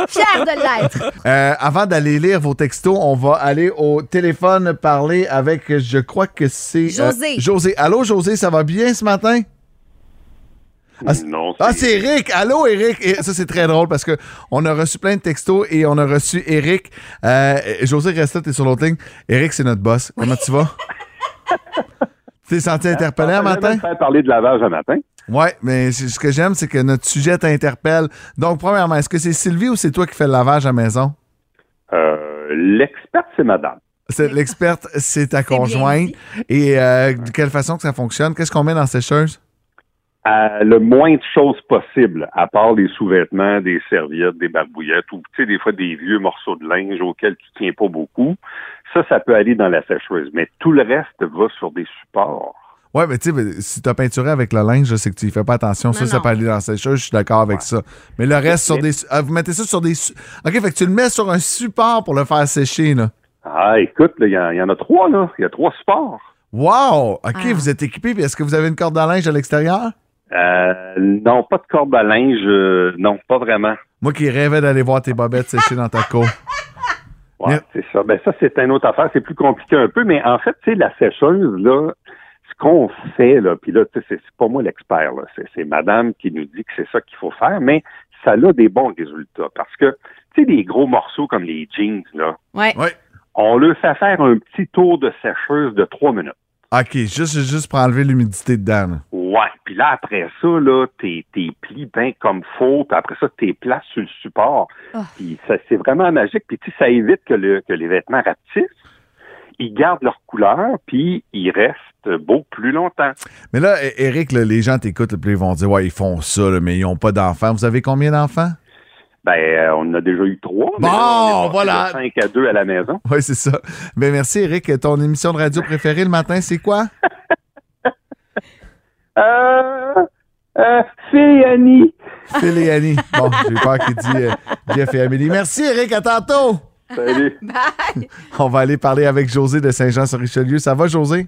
Speaker 6: Fière de l'être.
Speaker 3: Euh, avant d'aller lire vos textos, on va aller au téléphone parler avec, euh, je crois que c'est... euh,
Speaker 6: José.
Speaker 3: José. Allô, José, ça va bien ce matin? Ah, c'est-
Speaker 10: Non,
Speaker 3: Ah, c'est Eric! Allô, Eric! Et ça, c'est très drôle parce que on a reçu plein de textos et on a reçu Eric. Euh, José Resta, t'es sur l'autre ligne. Eric, c'est notre boss. Comment tu vas? tu t'es senti interpellé un
Speaker 10: On va jamais
Speaker 3: matin?
Speaker 10: me faire parler de lavage un matin.
Speaker 3: Ouais, mais c'est- ce que j'aime, c'est que notre sujet t'interpelle. Donc, premièrement, est-ce que c'est Sylvie ou c'est toi qui fais le lavage à la maison?
Speaker 10: Euh, L'experte, c'est madame.
Speaker 3: C'est l'experte, c'est ta
Speaker 6: bien
Speaker 3: conjointe.
Speaker 6: dit.
Speaker 3: Et euh, de quelle façon que ça fonctionne? Qu'est-ce qu'on met dans la sécheuse?
Speaker 10: Euh, le moins de choses possible, à part les sous-vêtements, des serviettes, des barbouillettes ou, tu sais, des fois des vieux morceaux de linge auxquels tu tiens pas beaucoup. Ça, ça peut aller dans la sécheuse. Mais tout le reste va sur des supports.
Speaker 3: Ouais, mais tu sais, ben, si t'as peinturé avec le linge, c'est que tu y fais pas attention. ça, ça
Speaker 6: non.
Speaker 3: peut aller dans la sécheuse, je suis d'accord avec ça. Mais le reste, sur des. ah, vous mettez ça sur des. su- OK, fait que tu le mets sur un support pour le faire sécher, là.
Speaker 10: Ah, écoute, là, il y en- il y, en a trois, là. Il y a trois supports.
Speaker 3: Wow! OK,
Speaker 6: Ah.
Speaker 3: vous êtes équipé, puis est-ce que vous avez une corde à linge à l'extérieur?
Speaker 10: Euh, non, pas de corde à linge. euh, non, pas vraiment.
Speaker 3: Moi qui rêvais d'aller voir tes bobettes sécher dans ta cour.
Speaker 10: Ouais,
Speaker 3: Mais-
Speaker 10: c'est ça. Ben ça, c'est une autre affaire. C'est plus compliqué un peu, mais en fait, tu sais, la sécheuse, là, ce qu'on fait, là, puis là, tu sais, c'est c'est pas moi l'expert, là. C'est, c'est madame qui nous dit que c'est ça qu'il faut faire, mais ça a des bons résultats. Parce que, tu sais, des gros morceaux comme les jeans, là,
Speaker 6: Ouais.
Speaker 3: Ouais.
Speaker 10: on leur fait faire un petit tour de sécheuse de trois minutes.
Speaker 3: OK, juste, juste pour enlever l'humidité dedans, là.
Speaker 10: Ouais. Puis là, après ça, là, t'es, t'es plis bien comme faut, puis après ça, t'es places sur le support. Puis ça, c'est vraiment magique. Puis tu sais, ça évite que, le, que les vêtements rapetissent. Ils gardent leur couleur, puis ils restent beaux plus longtemps.
Speaker 3: Mais là, E- Eric, là, les gens t'écoutent, là, puis ils vont dire, ouais, ils font ça, là, mais ils ont pas d'enfants. Vous avez combien d'enfants?
Speaker 10: Ben, euh, on en a déjà eu trois.
Speaker 3: Bon, voilà.
Speaker 10: 5 à 2 à la maison.
Speaker 3: Oui, c'est ça. Ben merci, Eric. Ton émission de radio préférée le matin, c'est quoi?
Speaker 10: Euh, euh, fille Annie.
Speaker 3: Phil et Annie. Bon, j'ai peur qu'il dit euh, Jeff et Amélie. Merci, Eric. À tantôt.
Speaker 10: Salut.
Speaker 3: On va aller parler avec José de Saint-Jean-sur-Richelieu. Ça va, José?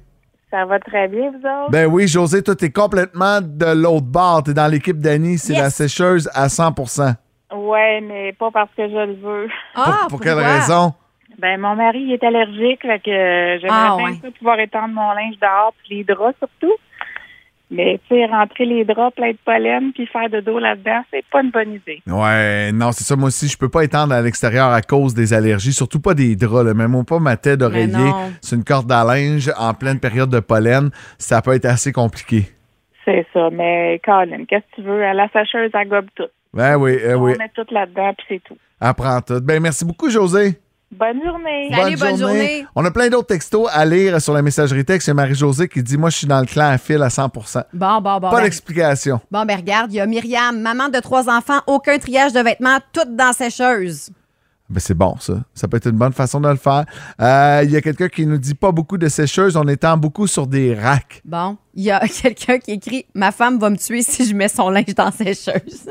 Speaker 11: Ça va très bien, vous autres?
Speaker 3: Ben oui, José, toi, t'es complètement de l'autre bord. T'es dans l'équipe d'Annie. C'est
Speaker 6: Yes.
Speaker 3: la sécheuse à 100 Pour,
Speaker 11: Ouais, mais pas parce que je le veux.
Speaker 6: Ah,
Speaker 3: pour quelle
Speaker 6: pourquoi?
Speaker 3: raison?
Speaker 11: Ben, mon mari il est allergique, fait que euh, j'aimerais
Speaker 6: Ah,
Speaker 11: bien
Speaker 6: ouais.
Speaker 11: ça pouvoir étendre mon linge dehors, puis les draps surtout. Mais, tu sais, rentrer les draps pleins de pollen, puis faire de dos là-dedans, c'est pas une bonne idée.
Speaker 3: Ouais, non, c'est ça. Moi aussi, je peux pas étendre à l'extérieur à cause des allergies, surtout pas des draps, là, même pas ma tête
Speaker 6: Mais
Speaker 3: d'oreiller.
Speaker 6: Ben non.
Speaker 3: C'est une corde à linge en pleine période de pollen. Ça peut être assez compliqué.
Speaker 11: C'est ça, mais Colin, qu'est-ce que tu veux? À la sacheuse, elle gobe tout.
Speaker 3: Ben oui, eh oui.
Speaker 6: Oh,
Speaker 11: On met tout là-dedans, puis c'est tout.
Speaker 3: Apprends tout. Ben merci beaucoup, José.
Speaker 11: Bonne journée!
Speaker 6: Salut, bonne journée.
Speaker 3: On a plein d'autres textos à lire sur la messagerie texte. C'est Marie-Josée qui dit Moi, je suis dans le clan à fil à 100
Speaker 6: Bon, bon, bon.
Speaker 3: Pas
Speaker 6: ben,
Speaker 3: d'explication.
Speaker 6: bon, ben regarde, il y a Myriam, maman de trois enfants, aucun triage de vêtements, tout dans sécheuse.
Speaker 3: Ben, c'est bon, ça. Ça peut être une bonne façon de le faire. Euh, Il y a quelqu'un qui nous dit pas beaucoup de sécheuses. On étend beaucoup sur des racks.
Speaker 6: Bon, il y a quelqu'un qui écrit Ma femme va me tuer si je mets son linge dans la sécheuse.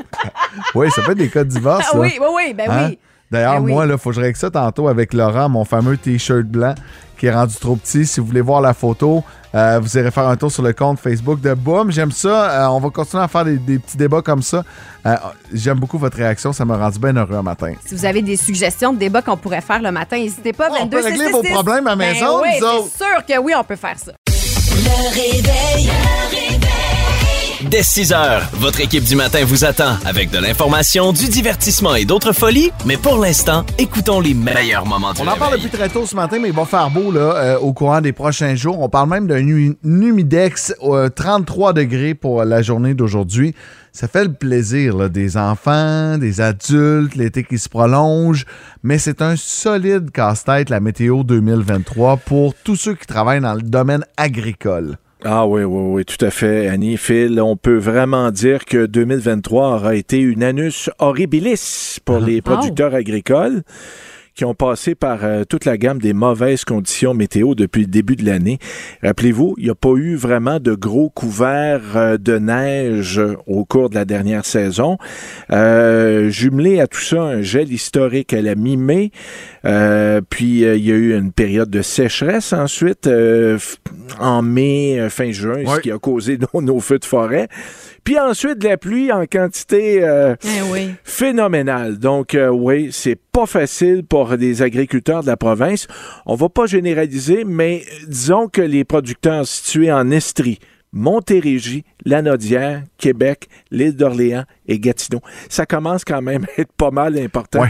Speaker 3: Oui, ça peut être des cas de divorce.
Speaker 6: Ah
Speaker 3: là.
Speaker 6: oui, oui, oui, ben
Speaker 3: Hein?
Speaker 6: oui.
Speaker 3: D'ailleurs,
Speaker 6: Ben oui.
Speaker 3: moi, il faut que je règle ça tantôt avec Laurent, mon fameux T-shirt blanc qui est rendu trop petit. Si vous voulez voir la photo, euh, vous irez faire un tour sur le compte Facebook de Boom. J'aime ça. Euh, on va continuer à faire des, des petits débats comme ça. Euh, J'aime beaucoup votre réaction. Ça m'a rendu bien heureux un matin.
Speaker 6: Si vous avez des suggestions de débats qu'on pourrait faire le matin, n'hésitez pas.
Speaker 3: On
Speaker 6: 22
Speaker 3: peut régler vos
Speaker 6: 666.
Speaker 3: problèmes à la
Speaker 6: Ben
Speaker 3: maison,
Speaker 6: oui,
Speaker 3: nous autres.
Speaker 6: C'est sûr que oui, on peut faire ça.
Speaker 1: Le réveil.
Speaker 9: Dès 6 heures, votre équipe du matin vous attend avec de l'information, du divertissement et d'autres folies. Mais pour l'instant, écoutons les meilleurs moments du
Speaker 3: On en parle
Speaker 9: réveil.
Speaker 3: depuis très tôt ce matin, mais il va faire beau là, euh, au courant des prochains jours. On parle même d'un hu- humidex euh, 33 degrés pour la journée d'aujourd'hui. Ça fait le plaisir là, des enfants, des adultes, l'été qui se prolonge, mais c'est un solide casse-tête la météo 2023 pour tous ceux qui travaillent dans le domaine agricole.
Speaker 5: Ah oui, oui, oui, tout à fait, Annie, Phil. On peut vraiment dire que 2023 aura été une anus horribilis pour les producteurs agricoles qui ont passé par euh, toute la gamme des mauvaises conditions météo depuis le début de l'année. Rappelez-vous, il n'y a pas eu vraiment de gros couverts euh, de neige euh, au cours de la dernière saison. Euh, jumelé à tout ça, un gel historique à la mi-mai, euh, puis euh, il y a eu une période de sécheresse ensuite euh, f- en mai, euh, fin juin, ce
Speaker 3: Ouais.
Speaker 5: qui a causé nos, nos feux de forêt. Puis ensuite, de la pluie en quantité... euh,
Speaker 6: oui.
Speaker 5: phénoménal. Donc, euh, oui, c'est pas facile pour les agriculteurs de la province. On va pas généraliser, mais euh, disons que les producteurs situés en Estrie, Montérégie, Lanaudière, Québec, l'île d'Orléans et Gatineau, ça commence quand même à être pas mal important,
Speaker 3: Ouais.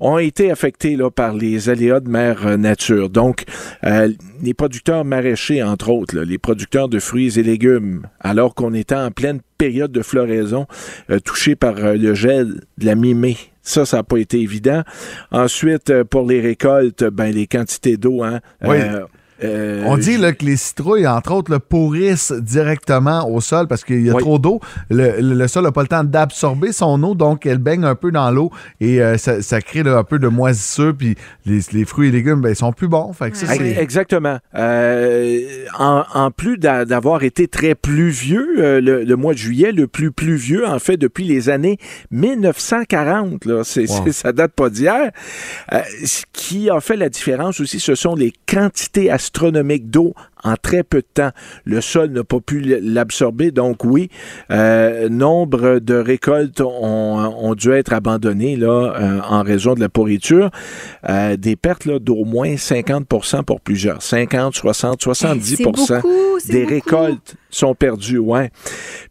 Speaker 5: ont été affectés là, par les aléas de mer euh, nature. Donc, euh, les producteurs maraîchers, entre autres, là, les producteurs de fruits et légumes, alors qu'on était en pleine période de floraison, euh, touchés par euh, le gel de la mi-mai. Ça, ça n'a pas été évident. Ensuite, euh, pour les récoltes, ben, les quantités d'eau. Hein,
Speaker 3: Oui.
Speaker 5: euh,
Speaker 3: On dit là, que les citrouilles, entre autres, le pourrissent directement au sol parce qu'il y a
Speaker 5: Oui.
Speaker 3: trop d'eau. Le, le- le sol n'a pas le temps d'absorber son eau, donc elle baigne un peu dans l'eau et euh, ça, ça crée là, un peu de moisissure. Puis les, les fruits et légumes, ben, ils sont plus bons. Fait que ça,
Speaker 5: Ex-
Speaker 3: c'est-
Speaker 5: Exactement. Euh, en, en plus d'a- d'avoir été très pluvieux, euh, le, le mois de juillet, le plus pluvieux, en fait, depuis les années 1940, là, c'est,
Speaker 3: Wow.
Speaker 5: c'est- ça date pas d'hier. Euh, ce qui a fait la différence aussi, ce sont les quantités astronomiques d'eau en très peu de temps. Le sol n'a pas pu l- l'absorber, donc oui, euh, nombre de récoltes ont, ont dû être abandonnées là, euh, en raison de la pourriture. Euh, des pertes là, d'au moins 50 pour plusieurs. 50, 60, 70
Speaker 6: C'est beaucoup, c'est
Speaker 5: des
Speaker 6: beaucoup.
Speaker 5: récoltes sont perdues, ouais.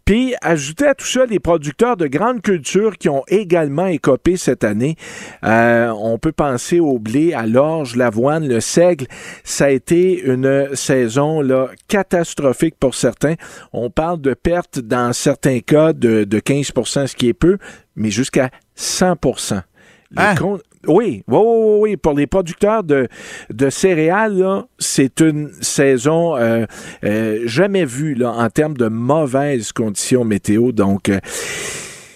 Speaker 5: Puis, ajoutez à tout ça les producteurs de grandes cultures qui ont également écopé cette année. Euh, on peut penser au blé, à l'orge, l'avoine, le seigle. Ça a été une saison là, catastrophique pour certains. On parle de pertes dans certains cas de, de 15 ce qui est peu, mais jusqu'à 100 Les
Speaker 3: Hein?
Speaker 5: con- oui, oui, oui, oui, oui. Pour les producteurs de, de céréales, là, c'est une saison euh, euh, jamais vue là, en termes de mauvaises conditions météo. Donc, euh,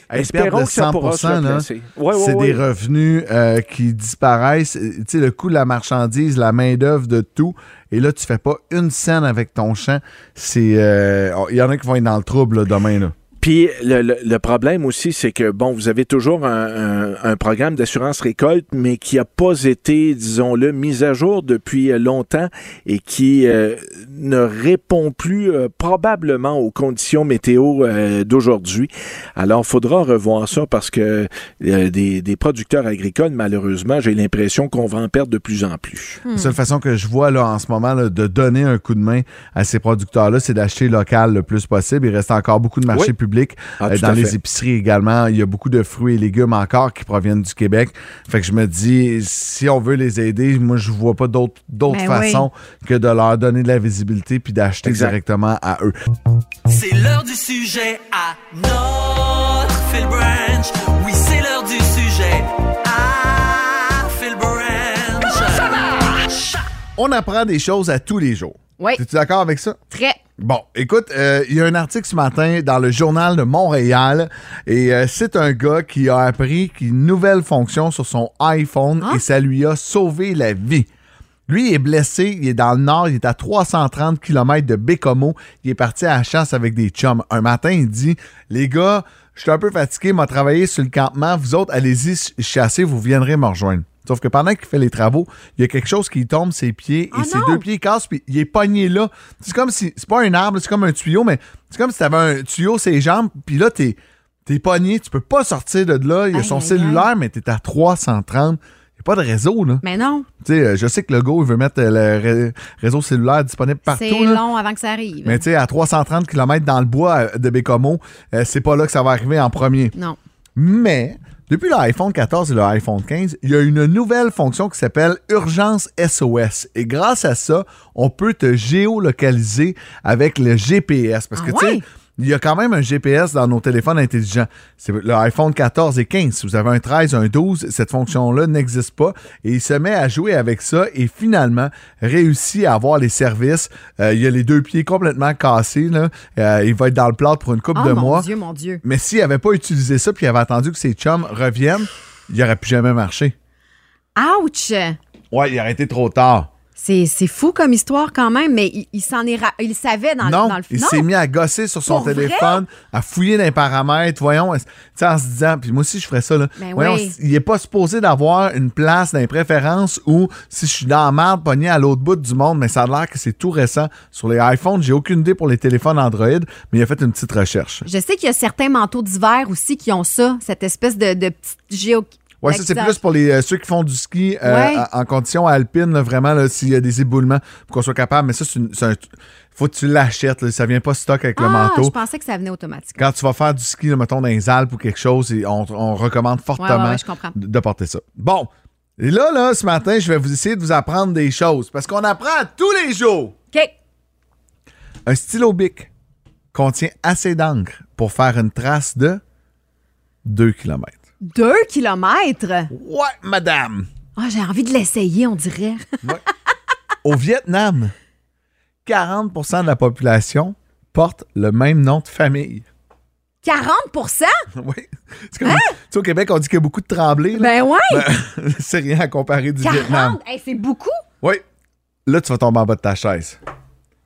Speaker 3: Hey,
Speaker 5: espérons
Speaker 3: perdre
Speaker 5: que ça pourra se
Speaker 3: 100%, là,
Speaker 5: replacer. Ouais, ouais,
Speaker 3: c'est
Speaker 5: ouais.
Speaker 3: des revenus euh, qui disparaissent. Euh, Tu sais, le coût de la marchandise, la main-d'œuvre de tout. Et là, tu fais pas une scène avec ton champ. C'est, euh, Il y en a qui vont être dans le trouble là, demain. Là.
Speaker 5: Puis le, le- le problème aussi, c'est que, bon, vous avez toujours un, un- un programme d'assurance récolte, mais qui n'a pas été, disons-le, mis à jour depuis euh, longtemps et qui euh, ne répond plus euh, probablement aux conditions météo euh, d'aujourd'hui. Alors, faudra revoir ça parce que euh, des, des producteurs agricoles, malheureusement, j'ai l'impression qu'on va en perdre de plus en plus.
Speaker 3: La seule façon que je vois là, en ce moment là, de donner un coup de main à ces producteurs-là, c'est d'acheter local le plus possible. Il reste encore beaucoup de marchés
Speaker 5: Oui.
Speaker 3: publics.
Speaker 5: Ah,
Speaker 3: Euh,
Speaker 5: tout
Speaker 3: dans
Speaker 5: à
Speaker 3: les
Speaker 5: fait.
Speaker 3: épiceries également, il y a beaucoup de fruits et légumes encore qui proviennent du Québec. Fait que je me dis, si on veut les aider, moi, je vois pas d'autre d'autre
Speaker 6: Ben
Speaker 3: façon que de leur donner de la visibilité puis d'acheter
Speaker 5: Exact.
Speaker 3: directement à eux.
Speaker 1: C'est l'heure du sujet à notre Phil Branch. Oui, c'est l'heure du sujet à Phil Branch.
Speaker 3: On apprend des choses à tous les jours.
Speaker 6: Oui.
Speaker 3: Es-tu d'accord avec ça?
Speaker 6: Très.
Speaker 3: Bon, écoute, euh, il y a un article ce matin dans le journal de Montréal et euh, c'est un gars qui a appris qu'une nouvelle fonction sur son iPhone et ça lui a sauvé la vie. Lui il est blessé, il est dans le nord, il est à 330 km de Bécomo, il est parti à la chasse avec des chums. Un matin, il dit "Les gars, je suis un peu fatigué, m'a travaillé sur le campement, vous autres allez-y ch- chasser, vous viendrez me rejoindre." Sauf que pendant qu'il fait les travaux, il y a quelque chose qui tombe ses pieds et
Speaker 6: Oh
Speaker 3: ses
Speaker 6: non!
Speaker 3: deux pieds cassent puis il est pogné là. C'est comme si c'est pas un arbre, c'est comme un tuyau mais c'est comme si t'avais un tuyau ses jambes puis là t'es t'es pogné, tu peux pas sortir de là, il y a
Speaker 6: Aïe,
Speaker 3: son
Speaker 6: aïe, aïe.
Speaker 3: cellulaire mais t'es à 330. Il a pas de réseau là.
Speaker 6: Mais non,
Speaker 3: Tu sais, euh, je sais que le go, il veut mettre euh, le ré- réseau cellulaire disponible partout.
Speaker 6: c'est
Speaker 3: là.
Speaker 6: long avant que ça arrive.
Speaker 3: Mais tu sais, à 330 km dans le bois euh, de Bécomo, euh, c'est pas là que ça va arriver en premier.
Speaker 6: Non.
Speaker 3: Mais, depuis l'iPhone 14 et l'iPhone 15, il y a une nouvelle fonction qui s'appelle Urgence SOS. Et grâce à ça, on peut te géolocaliser avec le GPS. Parce que
Speaker 6: Ah
Speaker 3: tu sais,
Speaker 6: ouais?
Speaker 3: il y a quand même un GPS dans nos téléphones intelligents. C'est le iPhone 14 et 15. Si vous avez un 13, un 12, cette fonction-là n'existe pas. Et il se met à jouer avec ça et finalement réussit à avoir les services. Euh, il a les deux pieds complètement cassés. Là. Euh, il va être dans le plat pour une coupe
Speaker 6: Oh
Speaker 3: de
Speaker 6: mon
Speaker 3: mois.
Speaker 6: Dieu, mon Dieu.
Speaker 3: Mais s'il n'avait pas utilisé ça puis il avait attendu que ses chums reviennent, il n'aurait plus jamais marché.
Speaker 6: Ouch!
Speaker 3: Ouais, il aurait été trop tard.
Speaker 6: C'est c'est fou comme histoire quand même, mais il, il s'en est ra- il savait dans, le-
Speaker 3: non,
Speaker 6: dans le
Speaker 3: il
Speaker 6: non.
Speaker 3: s'est mis à gosser sur son
Speaker 6: Pour vrai?
Speaker 3: téléphone, à fouiller dans les paramètres, voyons, est-ce- tu sais, en se disant, puis moi aussi je ferais ça, là.
Speaker 6: Ben
Speaker 3: voyons,
Speaker 6: oui.
Speaker 3: s- il n'est pas supposé d'avoir une place dans les préférences où, si je suis dans la merde, pogné à l'autre bout du monde, mais ça a l'air que c'est tout récent. Sur les iPhones, j'ai aucune idée pour les téléphones Android, mais il a fait une petite recherche.
Speaker 6: Je sais qu'il y a certains manteaux d'hiver aussi qui ont ça, cette espèce de, de petite géo.
Speaker 3: Ouais, ça, c'est
Speaker 6: Exact.
Speaker 3: plus pour les, euh, ceux qui font du ski euh,
Speaker 6: Ouais.
Speaker 3: en- en condition alpine, là, vraiment, là, s'il y a des éboulements, pour qu'on soit capable. Mais ça, c'est une- c'est un. Faut que tu l'achètes, là, ça vient pas stock avec
Speaker 6: Ah,
Speaker 3: le
Speaker 6: je
Speaker 3: manteau.
Speaker 6: pensais que ça venait automatiquement.
Speaker 3: Quand tu vas faire du ski, là, mettons, dans les Alpes ou quelque chose, et on, on recommande fortement
Speaker 6: Ouais, ouais, ouais, je comprends.
Speaker 3: de de porter ça. Bon. Et là, là, ce matin, je vais vous essayer de vous apprendre des choses. Parce qu'on apprend tous les jours.
Speaker 6: OK.
Speaker 3: Un stylo bic contient assez d'encre pour faire une trace de 2 km.
Speaker 6: Deux kilomètres?
Speaker 3: Ouais, madame!
Speaker 6: Ah, j'ai envie de l'essayer, on dirait.
Speaker 3: Au Vietnam, 40 de la population porte le même nom de famille.
Speaker 6: 40
Speaker 3: oui. C'est comme- Tu sais, au Québec, on dit qu'il y a beaucoup de tremblés. là.
Speaker 6: Hein? Ben ouais!
Speaker 3: C'est rien à comparer du Vietnam.
Speaker 6: 40! Hey, c'est beaucoup!
Speaker 3: Oui. Là, tu vas tomber en bas de ta chaise.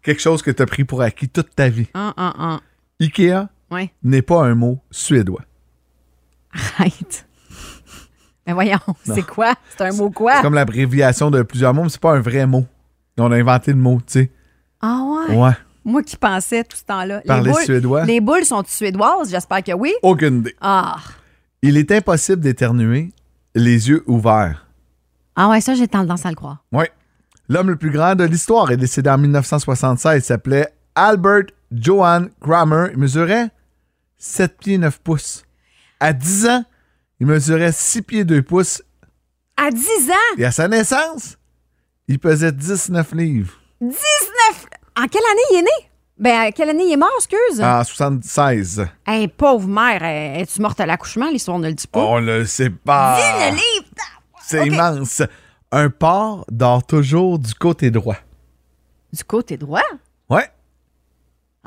Speaker 3: Quelque chose que tu as pris pour acquis toute ta vie.
Speaker 6: Ah, ah, ah.
Speaker 3: Ikea
Speaker 6: Ouais.
Speaker 3: n'est pas un mot suédois.
Speaker 6: Arrête. Ben voyons, c'est quoi? C'est un mot quoi?
Speaker 3: C'est comme l'abréviation de plusieurs mots, mais c'est pas un vrai mot. On a inventé le mot, tu sais.
Speaker 6: Ah ouais.
Speaker 3: Ouais.
Speaker 6: Moi qui pensais tout ce temps-là.
Speaker 3: Par les
Speaker 6: boules,
Speaker 3: Suédois.
Speaker 6: Les boules sont suédoises, j'espère que oui.
Speaker 3: Aucune idée.
Speaker 6: Ah.
Speaker 3: Il est impossible d'éternuer les yeux ouverts.
Speaker 6: Ah ouais, ça, j'ai tendance à le croire.
Speaker 3: Oui. L'homme le plus grand de l'histoire est décédé en 1976. Il s'appelait Albert Johann Kramer. Il mesurait 7 pieds 9 pouces. À 10 ans, il mesurait 6 pieds 2 pouces.
Speaker 6: À 10 ans,
Speaker 3: Et à sa naissance, il pesait 19 livres.
Speaker 6: 19... En quelle année il est né? Ben, à quelle année il est mort, excuse?
Speaker 3: En 76.
Speaker 6: Hey, pauvre mère, euh, es-tu morte à l'accouchement? L'histoire ne le dit pas.
Speaker 3: On le sait pas.
Speaker 6: Oh. livre!
Speaker 3: C'est immense. Un porc dort toujours du côté droit.
Speaker 6: Du côté droit?
Speaker 3: Ouais.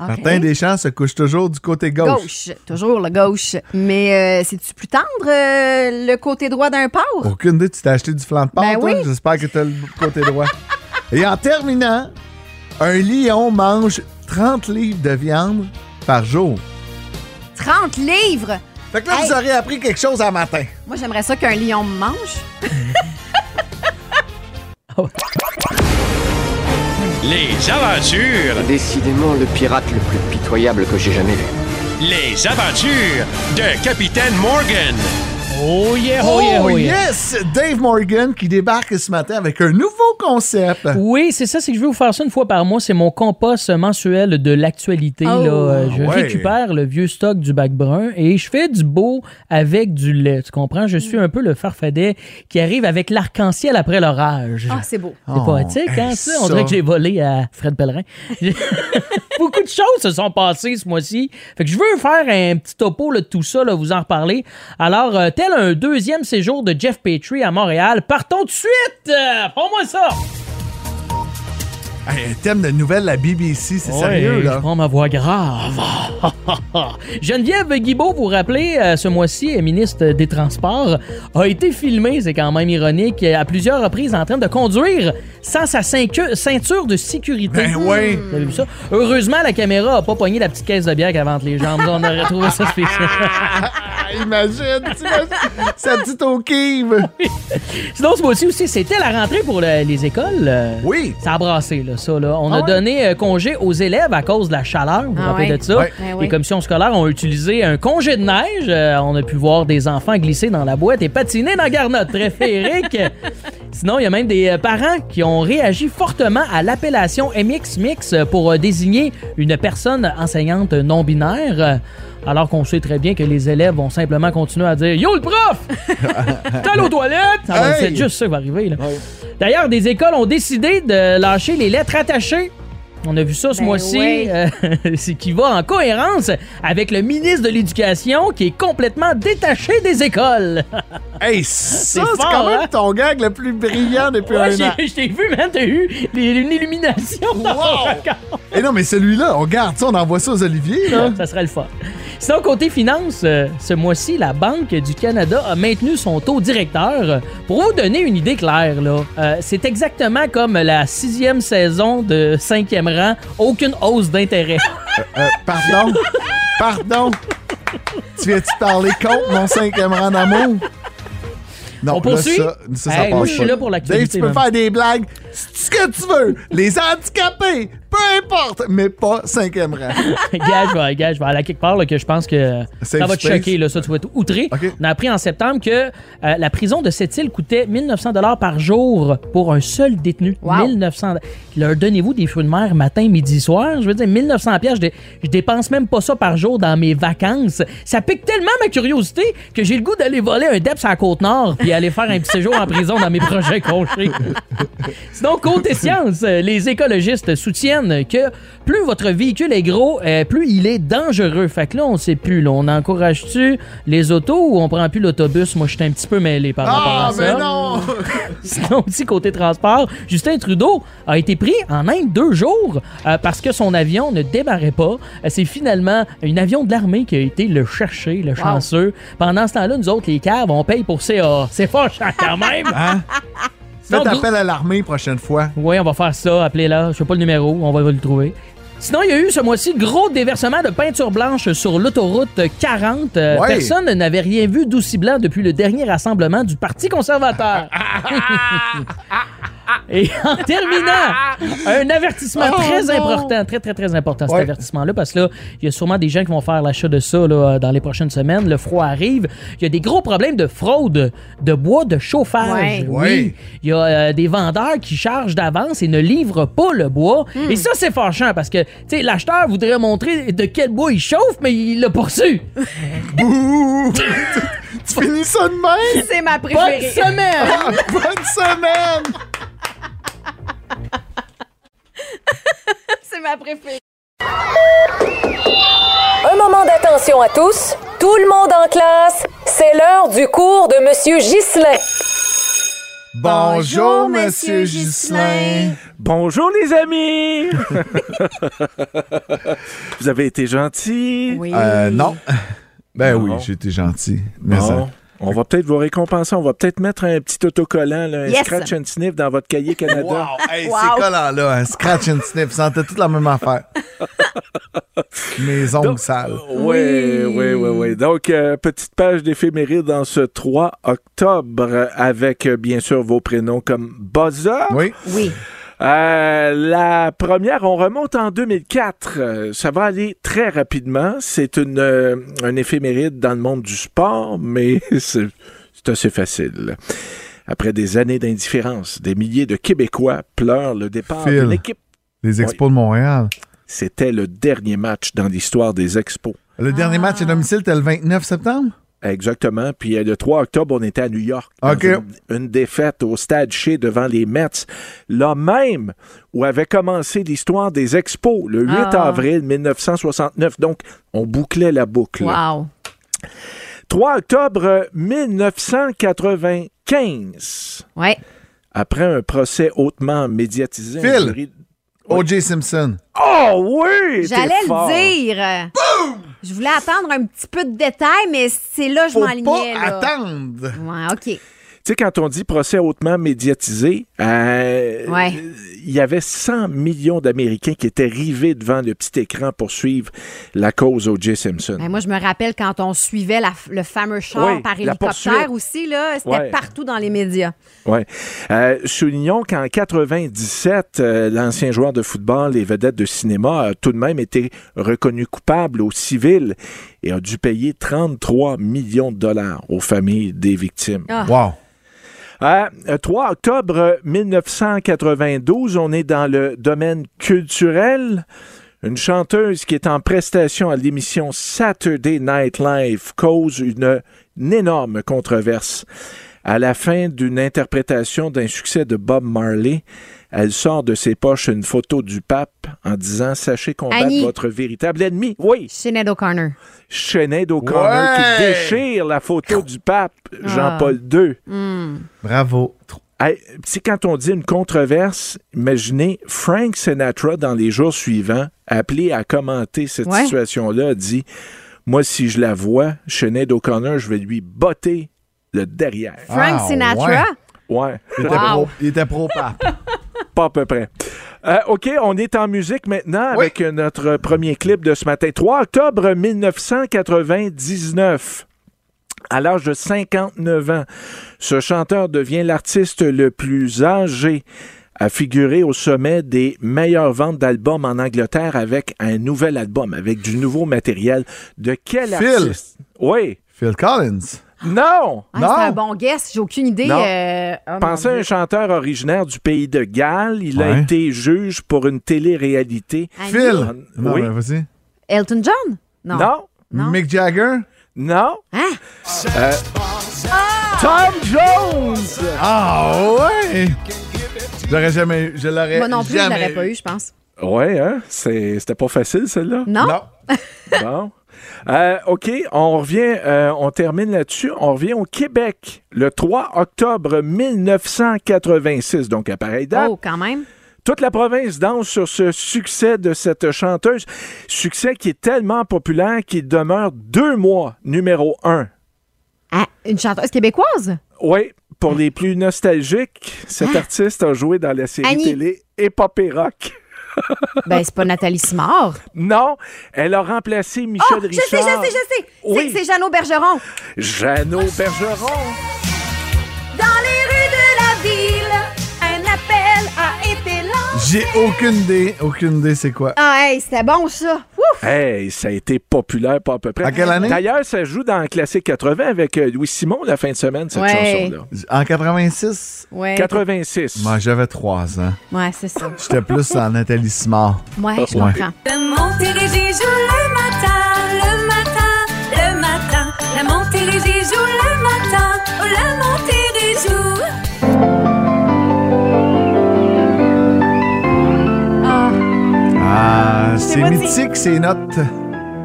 Speaker 6: Ok.
Speaker 3: Martin Deschamps se couche toujours du côté
Speaker 6: Gauche, toujours le gauche. Mais euh, c'est-tu plus tendre, euh, le côté droit d'un porc?
Speaker 3: Aucune idée, tu t'es acheté du flan de porc,
Speaker 6: Ben
Speaker 3: toi?
Speaker 6: oui.
Speaker 3: J'espère que t'as le côté droit. Et en terminant, un lion mange 30 livres de viande par jour.
Speaker 6: 30 livres!
Speaker 3: Fait que là,
Speaker 6: Hey.
Speaker 3: vous aurez appris quelque chose à matin.
Speaker 6: Moi, j'aimerais ça qu'un lion me mange.
Speaker 12: Les aventures,
Speaker 13: Décidément le pirate le plus pitoyable que j'ai jamais vu.
Speaker 12: les aventures de Capitaine Morgan. Oh yeah,
Speaker 3: yes! Dave Morgan qui débarque ce matin avec un nouveau concept.
Speaker 14: Oui, c'est ça, c'est que je vais vous faire ça une fois par mois. C'est mon compost mensuel de l'actualité.
Speaker 6: Oh.
Speaker 14: là. Euh, Je
Speaker 3: Ah ouais.
Speaker 14: récupère le vieux stock du bac brun et je fais du beau avec du lait. Tu comprends? Je
Speaker 6: Mm.
Speaker 14: suis un peu le farfadet qui arrive avec l'arc-en-ciel après l'orage.
Speaker 6: Ah, c'est beau.
Speaker 14: C'est poétique,
Speaker 3: Oh,
Speaker 14: hein,
Speaker 3: hey,
Speaker 14: ça?
Speaker 3: ça.
Speaker 14: On dirait que j'ai volé à Fred Pellerin. Beaucoup de choses se sont passées ce mois-ci. Fait que je veux faire un petit topo là, de tout ça, là, vous en reparler. Alors, euh, tel un deuxième séjour de Jeff Petrie à Montréal, partons de suite! Euh, Prends-moi ça!
Speaker 3: Hey, un thème de nouvelle, la BBC, c'est
Speaker 14: Ouais,
Speaker 3: sérieux, là.
Speaker 14: Je prends ma voix grave. Geneviève Guibault, vous rappelez, euh, ce mois-ci, est ministre des Transports, a été filmée, c'est quand même ironique, à plusieurs reprises en train de conduire sans sa cinqui- ceinture de sécurité. Ben oui. Vous avez vu ça? Heureusement, la caméra a pas pogné la petite caisse de bière qu'elle vante les jambes. On aurait trouvé ça spécial.
Speaker 3: Imagine, t'imagines, sa petite okive.
Speaker 14: Sinon, ce mois-ci aussi, c'était la rentrée pour le- les écoles.
Speaker 3: oui.
Speaker 14: Ça a brassé, là, ça. Là. On
Speaker 15: Ah
Speaker 14: a
Speaker 15: ouais?
Speaker 14: donné euh, congé aux élèves à cause de la chaleur. Vous vous
Speaker 15: Ah
Speaker 14: rappelez
Speaker 15: ouais.
Speaker 14: de ça?
Speaker 15: Ouais. Ben
Speaker 14: Les
Speaker 15: oui.
Speaker 14: commissions scolaires ont utilisé un congé de neige. Euh, on a pu voir des enfants glisser dans la boîte et patiner dans Garnotte. Très féerique. Sinon, il y a même des euh, parents qui ont réagi fortement à l'appellation MXMix pour euh, désigner une personne enseignante non-binaire. euh, Alors qu'on sait très bien que les élèves vont simplement continuer à dire Yo le prof! T'es allé aux toilettes! Alors,
Speaker 15: Hey!
Speaker 14: C'est juste ça qui va arriver. là. D'ailleurs, des écoles ont décidé de lâcher les lettres attachées. On a vu ça ce
Speaker 15: Ben
Speaker 14: mois-ci.
Speaker 15: ouais.
Speaker 14: Euh, c'est qui va en cohérence avec le ministre de l'Éducation qui est complètement détaché des écoles.
Speaker 3: hey, Ça, c'est quand même ton gag le plus brillant depuis
Speaker 14: Ouais,
Speaker 3: un an.
Speaker 14: j'ai- je t'ai vu, man, t'as eu les- une illumination dans ton regard.
Speaker 3: Et Eh non, mais celui-là, on garde ça, on envoie ça aux Olivier, là.
Speaker 14: Ça serait le fun. Sinon, côté finance, euh, ce mois-ci, la Banque du Canada a maintenu son taux directeur. Pour vous donner une idée claire, là, euh, c'est exactement comme la sixième saison de cinquième rang, aucune hausse d'intérêt.
Speaker 3: Euh, pardon? Pardon? Tu viens-tu parler contre mon cinquième rang d'amour? Non,
Speaker 14: On
Speaker 3: là,
Speaker 14: poursuit?
Speaker 3: ça, ça, ça
Speaker 14: Hey, moi,
Speaker 3: passe
Speaker 14: je suis
Speaker 3: pas.
Speaker 14: là pour l'actualité,
Speaker 3: Dave, tu peux
Speaker 14: man.
Speaker 3: faire des blagues, c'est ce que tu veux. Les handicapés, peu importe, mais pas cinquième rang.
Speaker 14: Ah, gage, je vais, gars, je vais aller à quelque part là, que je pense que ça
Speaker 3: Safe
Speaker 14: va te
Speaker 3: space.
Speaker 14: choquer. Là, ça, tu vas être outré. On a appris en septembre que euh, la prison de cette île coûtait 1900 par jour pour un seul détenu. 1900 Leur donnez-vous des fruits de mer matin, midi, soir. Je veux dire, 1900 pièces. Je, dé- je dépense même pas ça par jour dans mes vacances. Ça pique tellement ma curiosité que j'ai le goût d'aller voler un DEPS à la Côte-Nord puis aller faire un petit séjour en prison dans mes projets congés. Sinon, côté science, euh, les écologistes soutiennent que plus votre véhicule est gros, euh, plus il est dangereux. Fait que là, on sait plus. là, on encourage-tu les autos ou on prend plus l'autobus? Moi, je suis un petit peu mêlé par rapport
Speaker 3: Ah,
Speaker 14: à ça.
Speaker 3: mais non!
Speaker 14: Sinon, aussi côté transport, Justin Trudeau a été pris en Inde deux jours euh, parce que son avion ne démarrait pas. Euh, C'est finalement un avion de l'armée qui a été le chercher, le chanceux. Pendant ce temps-là, nous autres, les caves, on paye pour CA. C'est fort cher quand même!
Speaker 3: Hein? Faites appel à l'armée prochaine fois.
Speaker 14: Oui, on va faire ça. Appelez-la. Je sais pas le numéro. On va le trouver. Sinon, il y a eu ce mois-ci gros déversement de peinture blanche sur l'autoroute 40. Euh,
Speaker 15: Ouais.
Speaker 14: Personne n'avait rien vu d'aussi blanc depuis le dernier rassemblement du Parti conservateur. Et en terminant, un avertissement
Speaker 15: Oh
Speaker 14: très
Speaker 15: non.
Speaker 14: important, très très très important cet
Speaker 15: Ouais.
Speaker 14: avertissement-là, parce que là, il y a sûrement des gens qui vont faire l'achat de ça là, dans les prochaines semaines. Le froid arrive. Il y a des gros problèmes de fraude de bois de chauffage.
Speaker 15: Ouais.
Speaker 14: Oui. Il y a euh, des vendeurs qui chargent d'avance et ne livrent pas le bois. Et ça, c'est fâchant parce que tu sais, l'acheteur voudrait montrer de quel bois il chauffe, mais il l'a poursu.
Speaker 3: Bouh! tu finis ça de même?
Speaker 4: C'est ma
Speaker 15: préférée.
Speaker 4: Bonne semaine!
Speaker 3: Ah, bonne semaine!
Speaker 4: C'est ma préférée.
Speaker 8: Un moment d'attention à tous. Tout le monde en classe. C'est l'heure du cours de Monsieur Ghislain.
Speaker 3: Bonjour, Monsieur Ghislain.
Speaker 5: Bonjour les amis! Vous avez été gentil?
Speaker 3: Oui. Euh, non. Ben oui, j'ai été gentil. Mais
Speaker 5: Bon.
Speaker 3: ça-
Speaker 5: On va peut-être vous récompenser. On va peut-être mettre un petit autocollant, là, un
Speaker 3: Yes.
Speaker 5: scratch and sniff dans votre cahier Canada.
Speaker 3: Wow! Hey, c'est collant, là. Un scratch and sniff. Ça sentait toute la même affaire. Mes ongles sales.
Speaker 5: Oui, oui, oui, oui. Donc, euh, petite page d'éphéméride dans ce 3 octobre euh, avec, euh, bien sûr, vos prénoms comme Buzzer.
Speaker 3: Oui.
Speaker 5: Oui. Euh, la première, on remonte en 2004. Euh, Ça va aller très rapidement. C'est une, euh, un éphéméride dans le monde du sport, mais c'est c'est assez facile. Après des années d'indifférence, des milliers de Québécois pleurent le départ
Speaker 3: Phil.
Speaker 5: d'une équipe.
Speaker 3: Les Expos de Montréal.
Speaker 5: C'était le dernier match dans l'histoire des Expos.
Speaker 3: Le
Speaker 6: Ah.
Speaker 3: dernier match à domicile, c'était le 29 septembre?
Speaker 5: Exactement. Puis euh, le 3 octobre, on était à New York. dans
Speaker 3: OK.
Speaker 5: Une, une défaite au stade Shea devant les Mets. Là même où avait commencé l'histoire des Expos, le 8
Speaker 15: Ah.
Speaker 5: avril 1969. Donc, on bouclait la boucle.
Speaker 15: Wow.
Speaker 5: 3 octobre euh, 1995.
Speaker 8: Ouais.
Speaker 5: Après un procès hautement médiatisé. un
Speaker 15: Phil.
Speaker 5: jury-
Speaker 3: O.J. Simpson.
Speaker 5: Oh oui!
Speaker 6: J'allais le dire. Je voulais attendre un petit peu de détails, mais c'est là que je
Speaker 5: Faut
Speaker 6: m'enlignais.
Speaker 5: pas
Speaker 6: là.
Speaker 5: attendre.
Speaker 6: Ouais, OK.
Speaker 5: Tu sais, quand on dit procès hautement médiatisé, euh,
Speaker 6: Ouais.
Speaker 5: il y avait 100 millions d'Américains qui étaient rivés devant le petit écran pour suivre la cause O.J. Simpson.
Speaker 6: Ben, moi, je me rappelle quand on suivait la- le fameux char
Speaker 5: Mm. Oui,
Speaker 6: par
Speaker 5: la poursuite.
Speaker 6: hélicoptère aussi, là, c'était
Speaker 5: Ouais.
Speaker 6: partout dans les médias.
Speaker 5: Ouais. Euh, soulignons qu'en 97, euh, l'ancien joueur de football et vedette de cinéma a tout de même été reconnu coupable au civil et a dû payer 33 millions de dollars aux familles des victimes.
Speaker 3: Ah. Wow.
Speaker 5: Euh, 3 octobre 1992, on est dans le domaine culturel. Une chanteuse qui est en prestation à l'émission Saturday Night Live cause une, une énorme controverse. À la fin d'une interprétation d'un succès de Bob Marley, elle sort de ses poches une photo du pape en disant Sachez combattre
Speaker 6: Annie.
Speaker 5: votre véritable ennemi. Oui.
Speaker 6: Sinead O'Connor.
Speaker 5: Sinead O'Connor qui
Speaker 6: Ouais.
Speaker 5: déchire la photo du pape Jean-Paul II.
Speaker 6: Hmm.
Speaker 3: Bravo.
Speaker 5: Hey, C'est quand on dit une controverse, imaginez Frank Sinatra dans les jours suivants, appelé à commenter cette
Speaker 6: Ouais.
Speaker 5: situation-là, a dit Moi, si je la vois, Sinead O'Connor, je vais lui botter le derrière.
Speaker 6: Frank Ah, Sinatra?
Speaker 5: Ouais.
Speaker 3: Il était Wow. pro- il était pro-pape.
Speaker 5: Pas à peu près. Euh, OK, on est en musique maintenant avec notre premier clip de ce matin. 3 octobre 1999. À l'âge de 59 ans, ce chanteur devient l'artiste le plus âgé à figurer au sommet des meilleures ventes d'albums en Angleterre avec un nouvel album, avec du nouveau matériel. De quel
Speaker 3: Phil.
Speaker 5: artiste? Oui.
Speaker 3: Phil Collins.
Speaker 5: Non!
Speaker 6: Ah, c'est un bon guess, j'ai aucune idée.
Speaker 5: Non.
Speaker 6: euh, oh mon
Speaker 5: Pensez à un chanteur originaire du pays de Galles. Il a
Speaker 3: Ouais.
Speaker 5: été juge pour une télé-réalité.
Speaker 6: Annie.
Speaker 3: Phil. Non,
Speaker 5: Oui.
Speaker 3: mais vas-y.
Speaker 6: Elton John? Non.
Speaker 3: Mick Jagger.
Speaker 5: Non.
Speaker 6: Hein?
Speaker 5: Euh,
Speaker 6: Ah.
Speaker 5: Tom Jones.
Speaker 3: Ah ouais. J'aurais jamais eu. Je l'aurais.
Speaker 6: Moi non plus, je
Speaker 3: jamais
Speaker 6: l'aurais pas eu, je pense.
Speaker 5: Ouais, hein? C'est- C'était pas facile, celle-là.
Speaker 6: Non?
Speaker 5: Bon. Euh, OK, on revient, euh, on termine là-dessus. On revient au Québec le 3 octobre 1986, donc à pareille date.
Speaker 6: Oh, quand même.
Speaker 5: Toute la province danse sur ce succès de cette chanteuse. Succès qui est tellement populaire qu'il demeure deux mois numéro un.
Speaker 6: Ah, une chanteuse québécoise?
Speaker 5: Oui, pour les plus nostalgiques, cet artiste a joué dans la série
Speaker 6: Hein? Annie.
Speaker 5: télé Épopée Rock.
Speaker 6: Ben, c'est pas Nathalie Simard.
Speaker 5: Non, elle a remplacé
Speaker 6: Oh,
Speaker 5: Michel
Speaker 6: je sais, je sais,
Speaker 5: Richard.
Speaker 6: je Ah, sais. C'est-
Speaker 5: Oui.
Speaker 6: C'est Jeannot Bergeron.
Speaker 5: Jeannot Bergeron.
Speaker 6: Dans les rues de la ville, un appel a été lancé.
Speaker 3: J'ai aucune idée. Aucune idée, c'est quoi.
Speaker 6: Ah, hey, c'était bon, ça. Ouf!
Speaker 5: Hey, ça a été populaire pas à peu près.
Speaker 3: À quelle année?
Speaker 5: D'ailleurs, ça joue dans le classique 80 avec euh, Louis Simon la fin de semaine, cette
Speaker 6: Ouais.
Speaker 5: chanson-là.
Speaker 3: En 86.
Speaker 6: Ouais.
Speaker 5: 86.
Speaker 3: Moi, j'avais 3 ans.
Speaker 6: Ouais, c'est ça.
Speaker 3: J'étais plus en Nathalie Simard.
Speaker 6: Ouais, je
Speaker 3: Ah, Ouais.
Speaker 6: comprends.
Speaker 15: La Montérégie joue le matin, le matin, le matin. La Montérégie joue le matin, oh, la Montérégie joue.
Speaker 6: Ah,
Speaker 3: Ah,
Speaker 6: Je sais
Speaker 3: c'est
Speaker 6: pas
Speaker 3: mythique, ces notes.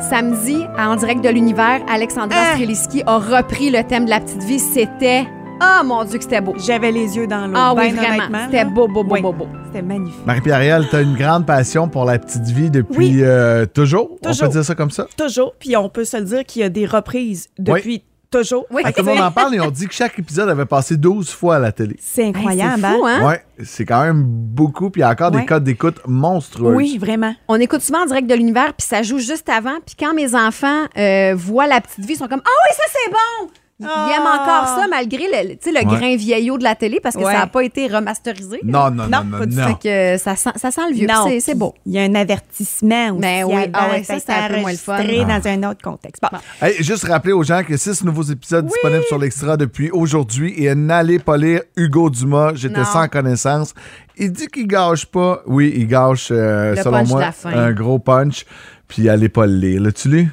Speaker 6: samedi, à en direct de l'univers, Alexandra
Speaker 7: Ah!
Speaker 6: Streliski a repris le thème de la petite vie. C'était. Ah, mon Dieu, que c'était beau.
Speaker 7: J'avais les yeux dans l'eau.
Speaker 6: Ah oui,
Speaker 7: ben
Speaker 6: vraiment.
Speaker 7: honnêtement,
Speaker 6: C'était
Speaker 7: là.
Speaker 6: beau, beau, beau,
Speaker 7: Oui.
Speaker 6: beau, beau.
Speaker 7: C'était magnifique.
Speaker 3: Marie-Pierre, Riel, t'as une grande passion pour la petite vie depuis euh, toujours. On
Speaker 7: Toujours.
Speaker 3: peut dire ça comme ça?
Speaker 7: Toujours. Puis on peut se le dire qu'il y a des reprises depuis toujours.
Speaker 3: Ah, tout le monde en parle et on dit que chaque épisode avait passé 12 fois à la télé.
Speaker 7: C'est incroyable,
Speaker 6: c'est fou, hein?
Speaker 3: Ouais, c'est quand même beaucoup, puis il y a encore des
Speaker 6: Ouais.
Speaker 3: codes d'écoute
Speaker 8: hein?
Speaker 3: monstrueux.
Speaker 7: vraiment.
Speaker 6: On écoute souvent en direct de l'univers, puis ça joue juste avant. Puis quand mes enfants euh, voient la petite vie, ils sont comme Ah oui, ça c'est bon! Ils
Speaker 7: Ah!
Speaker 6: aiment encore ça malgré le, le- tu sais, le
Speaker 3: Ouais.
Speaker 6: grain vieillot de la télé parce que
Speaker 7: Ouais.
Speaker 6: ça n'a pas été remasterisé.
Speaker 3: Non, non, non, non, non.
Speaker 6: Fait que ça sent, ça sent le vieux.
Speaker 7: Non,
Speaker 6: puis c'est- C'est beau.
Speaker 7: Il y a un avertissement aussi.
Speaker 6: Ben oui.
Speaker 7: avant,
Speaker 6: Ah ouais,
Speaker 7: fait
Speaker 6: ça,
Speaker 7: que
Speaker 6: c'était un peu moins le fun.
Speaker 7: enregistré
Speaker 3: Ah.
Speaker 7: dans un autre contexte. Bon.
Speaker 3: Hey, juste rappeler aux gens que six nouveaux épisodes disponibles sur l'Extra depuis aujourd'hui et n'allez pas lire Hugo Dumas, j'étais
Speaker 7: Non.
Speaker 3: sans connaissance. Il dit qu'il gâche pas. Oui, il gâche, euh,
Speaker 7: Le
Speaker 3: selon
Speaker 7: punch de
Speaker 3: moi,
Speaker 7: la fin.
Speaker 3: un gros punch. Puis allez pas le lire. L'as-tu lu?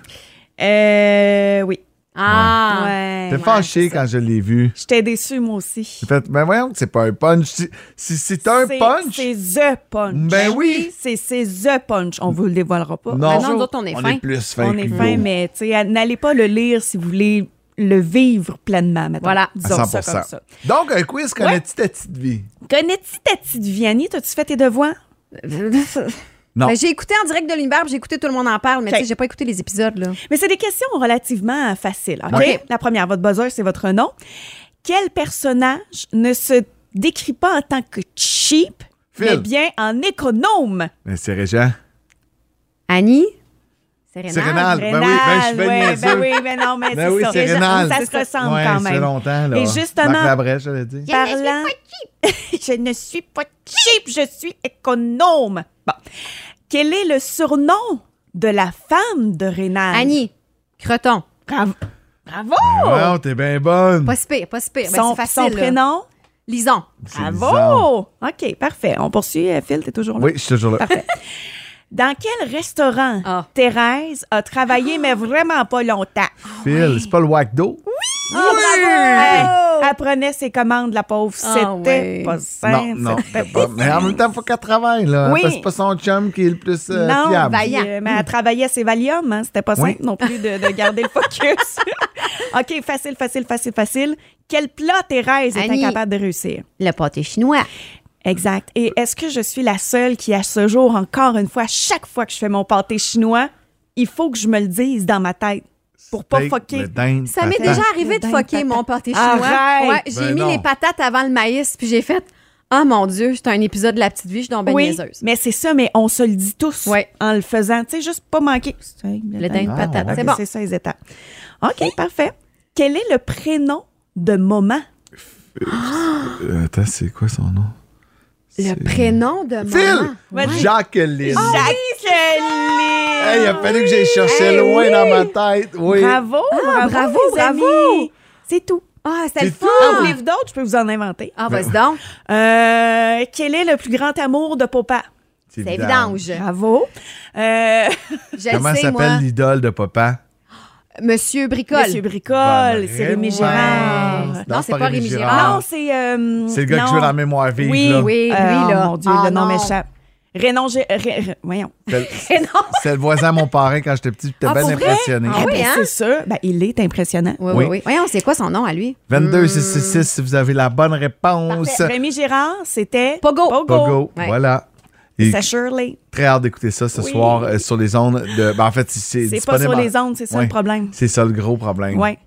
Speaker 7: Euh, oui.
Speaker 6: Ah!
Speaker 7: Ouais.
Speaker 3: J'étais fâché quand je l'ai vu.
Speaker 7: J'étais déçue, moi aussi.
Speaker 3: J'ai fait, ben voyons, c'est pas un punch. Si, si c'est un
Speaker 7: C'est-
Speaker 3: punch,
Speaker 7: C'est The Punch.
Speaker 3: Ben oui.
Speaker 7: C'est c'est The Punch. On vous le dévoilera pas. Ah
Speaker 3: Non. Ben non, nous autres, on est On fin. est plus fin
Speaker 7: On
Speaker 3: que
Speaker 7: est
Speaker 3: Hugo.
Speaker 7: fin, mais tu sais, n'allez pas le lire si vous voulez le vivre pleinement. mettons.
Speaker 3: Voilà. à
Speaker 7: Disons
Speaker 3: 100
Speaker 7: ça comme ça.
Speaker 3: Donc, un quiz
Speaker 7: Ouais.
Speaker 3: connais-tu ta petite vie?
Speaker 7: Connais-tu ta petite Vianney? T'as-tu fait tes devoirs?
Speaker 3: Non.
Speaker 6: Ben, j'ai écouté en direct de l'univers, puis j'ai écouté tout le monde en parle, mais
Speaker 7: Ok.
Speaker 6: tu sais, j'ai pas écouté les épisodes là.
Speaker 7: Mais c'est des questions relativement faciles. OK?
Speaker 6: Ouais.
Speaker 7: La première, votre buzzer, c'est votre nom. Quel personnage ne se décrit pas en tant que cheap,
Speaker 3: Phil.
Speaker 7: mais bien en économe?
Speaker 3: Mais c'est Régent.
Speaker 6: Annie?
Speaker 3: C'est Rénal. Ben oui, ben, je suis ben
Speaker 7: Rénal, ouais,
Speaker 3: niaiseux.
Speaker 7: ben oui, mais non, mais
Speaker 3: Ben
Speaker 7: c'est
Speaker 3: oui,
Speaker 7: ça.
Speaker 3: c'est
Speaker 7: Les gens-
Speaker 3: Rénal.
Speaker 7: Ça se ressemble
Speaker 3: Ouais,
Speaker 7: quand
Speaker 3: ça
Speaker 7: même.
Speaker 3: fait longtemps, là.
Speaker 7: Et
Speaker 3: Marc
Speaker 7: justement,
Speaker 3: Labrèche, j'allais dire.
Speaker 7: parlant... Je ne suis pas cheap, je suis économe. Bon. Quel est le surnom de la femme de Rénal?
Speaker 6: Annie, Ben, Creton.
Speaker 7: Bravo. Bravo!
Speaker 3: Wow, Ben t'es bien bonne.
Speaker 6: Pas si pire, pas si pire. Ben,
Speaker 7: son,
Speaker 6: c'est facile.
Speaker 7: son
Speaker 6: là.
Speaker 7: prénom?
Speaker 6: Lison.
Speaker 3: Ah,
Speaker 7: Bravo! OK, parfait. On poursuit. euh, Phil, t'es toujours là?
Speaker 3: Oui, je suis toujours là.
Speaker 7: Parfait. Dans quel restaurant Thérèse a travaillé, mais vraiment pas longtemps?
Speaker 3: Phil, c'est pas le Wacdo?
Speaker 7: Oh, bravo! Hey, elle prenait ses commandes, la pauvre. C'était pas
Speaker 3: Non,
Speaker 7: simple.
Speaker 3: non. c'est pas- Mais en même temps, faut qu'elle travaille, là.
Speaker 7: Oui.
Speaker 3: Parce que c'est pas son chum qui est le plus euh,
Speaker 7: non,
Speaker 3: fiable.
Speaker 7: puis, euh, mais elle travaillait ses Valium, hein, c'était pas
Speaker 3: Oui.
Speaker 7: simple non plus de, de garder le focus. OK, facile, facile, facile, facile. Quel plat Thérèse est
Speaker 6: Annie.
Speaker 7: incapable de réussir?
Speaker 6: Le pâté chinois.
Speaker 7: Exact. Et est-ce que je suis la seule qui, à ce jour, encore une fois, chaque fois que je fais mon pâté chinois, il faut que je me le dise dans ma tête pour pas
Speaker 3: Steak,
Speaker 7: fucker.
Speaker 3: le dinde,
Speaker 6: Ça m'est
Speaker 3: patate.
Speaker 6: déjà arrivé de
Speaker 7: Dinde,
Speaker 6: fucker
Speaker 7: patate.
Speaker 6: mon pâté
Speaker 7: Arrête!
Speaker 6: chinois. Ouais, j'ai
Speaker 3: Ben
Speaker 6: mis
Speaker 3: non.
Speaker 6: les patates avant le maïs, puis j'ai fait Ah mon Dieu, c'est un épisode de la petite vie, je suis donc ben
Speaker 7: oui,
Speaker 6: niaiseuse.
Speaker 7: mais c'est ça, mais on se le dit tous en le faisant. Tu sais, juste pas manquer. Le
Speaker 6: dinde Ah, patate, ouais. c'est bon.
Speaker 7: C'est ça les étapes. OK, parfait. Quel est le prénom de maman?
Speaker 3: Euh, attends, c'est quoi son nom?
Speaker 6: Le prénom de
Speaker 3: Phil! Jacqueline.
Speaker 7: Oh, Jacqueline!
Speaker 3: Hey, il a fallu que j'aille chercher
Speaker 7: Hey,
Speaker 3: loin
Speaker 7: oui.
Speaker 3: dans ma tête. Oui.
Speaker 7: Bravo,
Speaker 6: Ah,
Speaker 7: bravo,
Speaker 6: bravo,
Speaker 7: les amis.
Speaker 6: bravo.
Speaker 7: C'est tout.
Speaker 6: Ah, c'était le
Speaker 7: fou.
Speaker 6: fun.
Speaker 7: En voulez-vous d'autres? Je peux vous en inventer.
Speaker 6: Ah, vas-y donc.
Speaker 7: Euh, quel est le plus grand amour de papa?
Speaker 3: C'est C'est vidange.
Speaker 7: Bravo. Euh,
Speaker 6: Je
Speaker 3: Comment s'appelle l'idole de papa?
Speaker 6: Monsieur Bricole.
Speaker 7: Monsieur Bricole, c'est Rémi Gérard.
Speaker 3: réponse.
Speaker 6: Non, c'est pas Rémi Girard.
Speaker 7: Non, c'est. euh,
Speaker 3: Ah. C'est le gars qui
Speaker 7: non.
Speaker 3: joue la mémoire vive.
Speaker 7: Oui,
Speaker 3: là.
Speaker 7: oui,
Speaker 6: Euh,
Speaker 7: lui, là. Ah,
Speaker 6: oh
Speaker 7: mon Dieu, le nom m'échappe. Rénon Gé- Ré- Ré- Voyons.
Speaker 3: C'est le-
Speaker 6: Rénon.
Speaker 3: c'est le voisin à mon parrain quand j'étais petit. J'étais
Speaker 6: Ah,
Speaker 3: bien
Speaker 6: pour vrai?
Speaker 3: impressionné.
Speaker 6: Ah oui, hein?
Speaker 7: C'est sûr. Eh Ben, il est impressionnant.
Speaker 6: Oui, oui,
Speaker 3: Oui.
Speaker 6: oui. Voyons, c'est quoi son nom à lui? Hmm.
Speaker 7: Hmm.
Speaker 3: 22666, si vous avez la bonne réponse.
Speaker 7: Rémi Gérard, c'était. Pogo. Pogo.
Speaker 3: Pogo,
Speaker 7: Ouais.
Speaker 3: voilà. Et
Speaker 7: C'est Shirley.
Speaker 3: très hâte d'écouter ça ce
Speaker 7: Oui.
Speaker 3: soir euh, sur les ondes de. ben, en fait, c'est
Speaker 7: C'est pas
Speaker 3: disponible
Speaker 7: sur
Speaker 3: en-
Speaker 7: les ondes, c'est ça
Speaker 3: Ouais.
Speaker 7: le problème.
Speaker 3: C'est ça le gros problème.
Speaker 7: Ouais.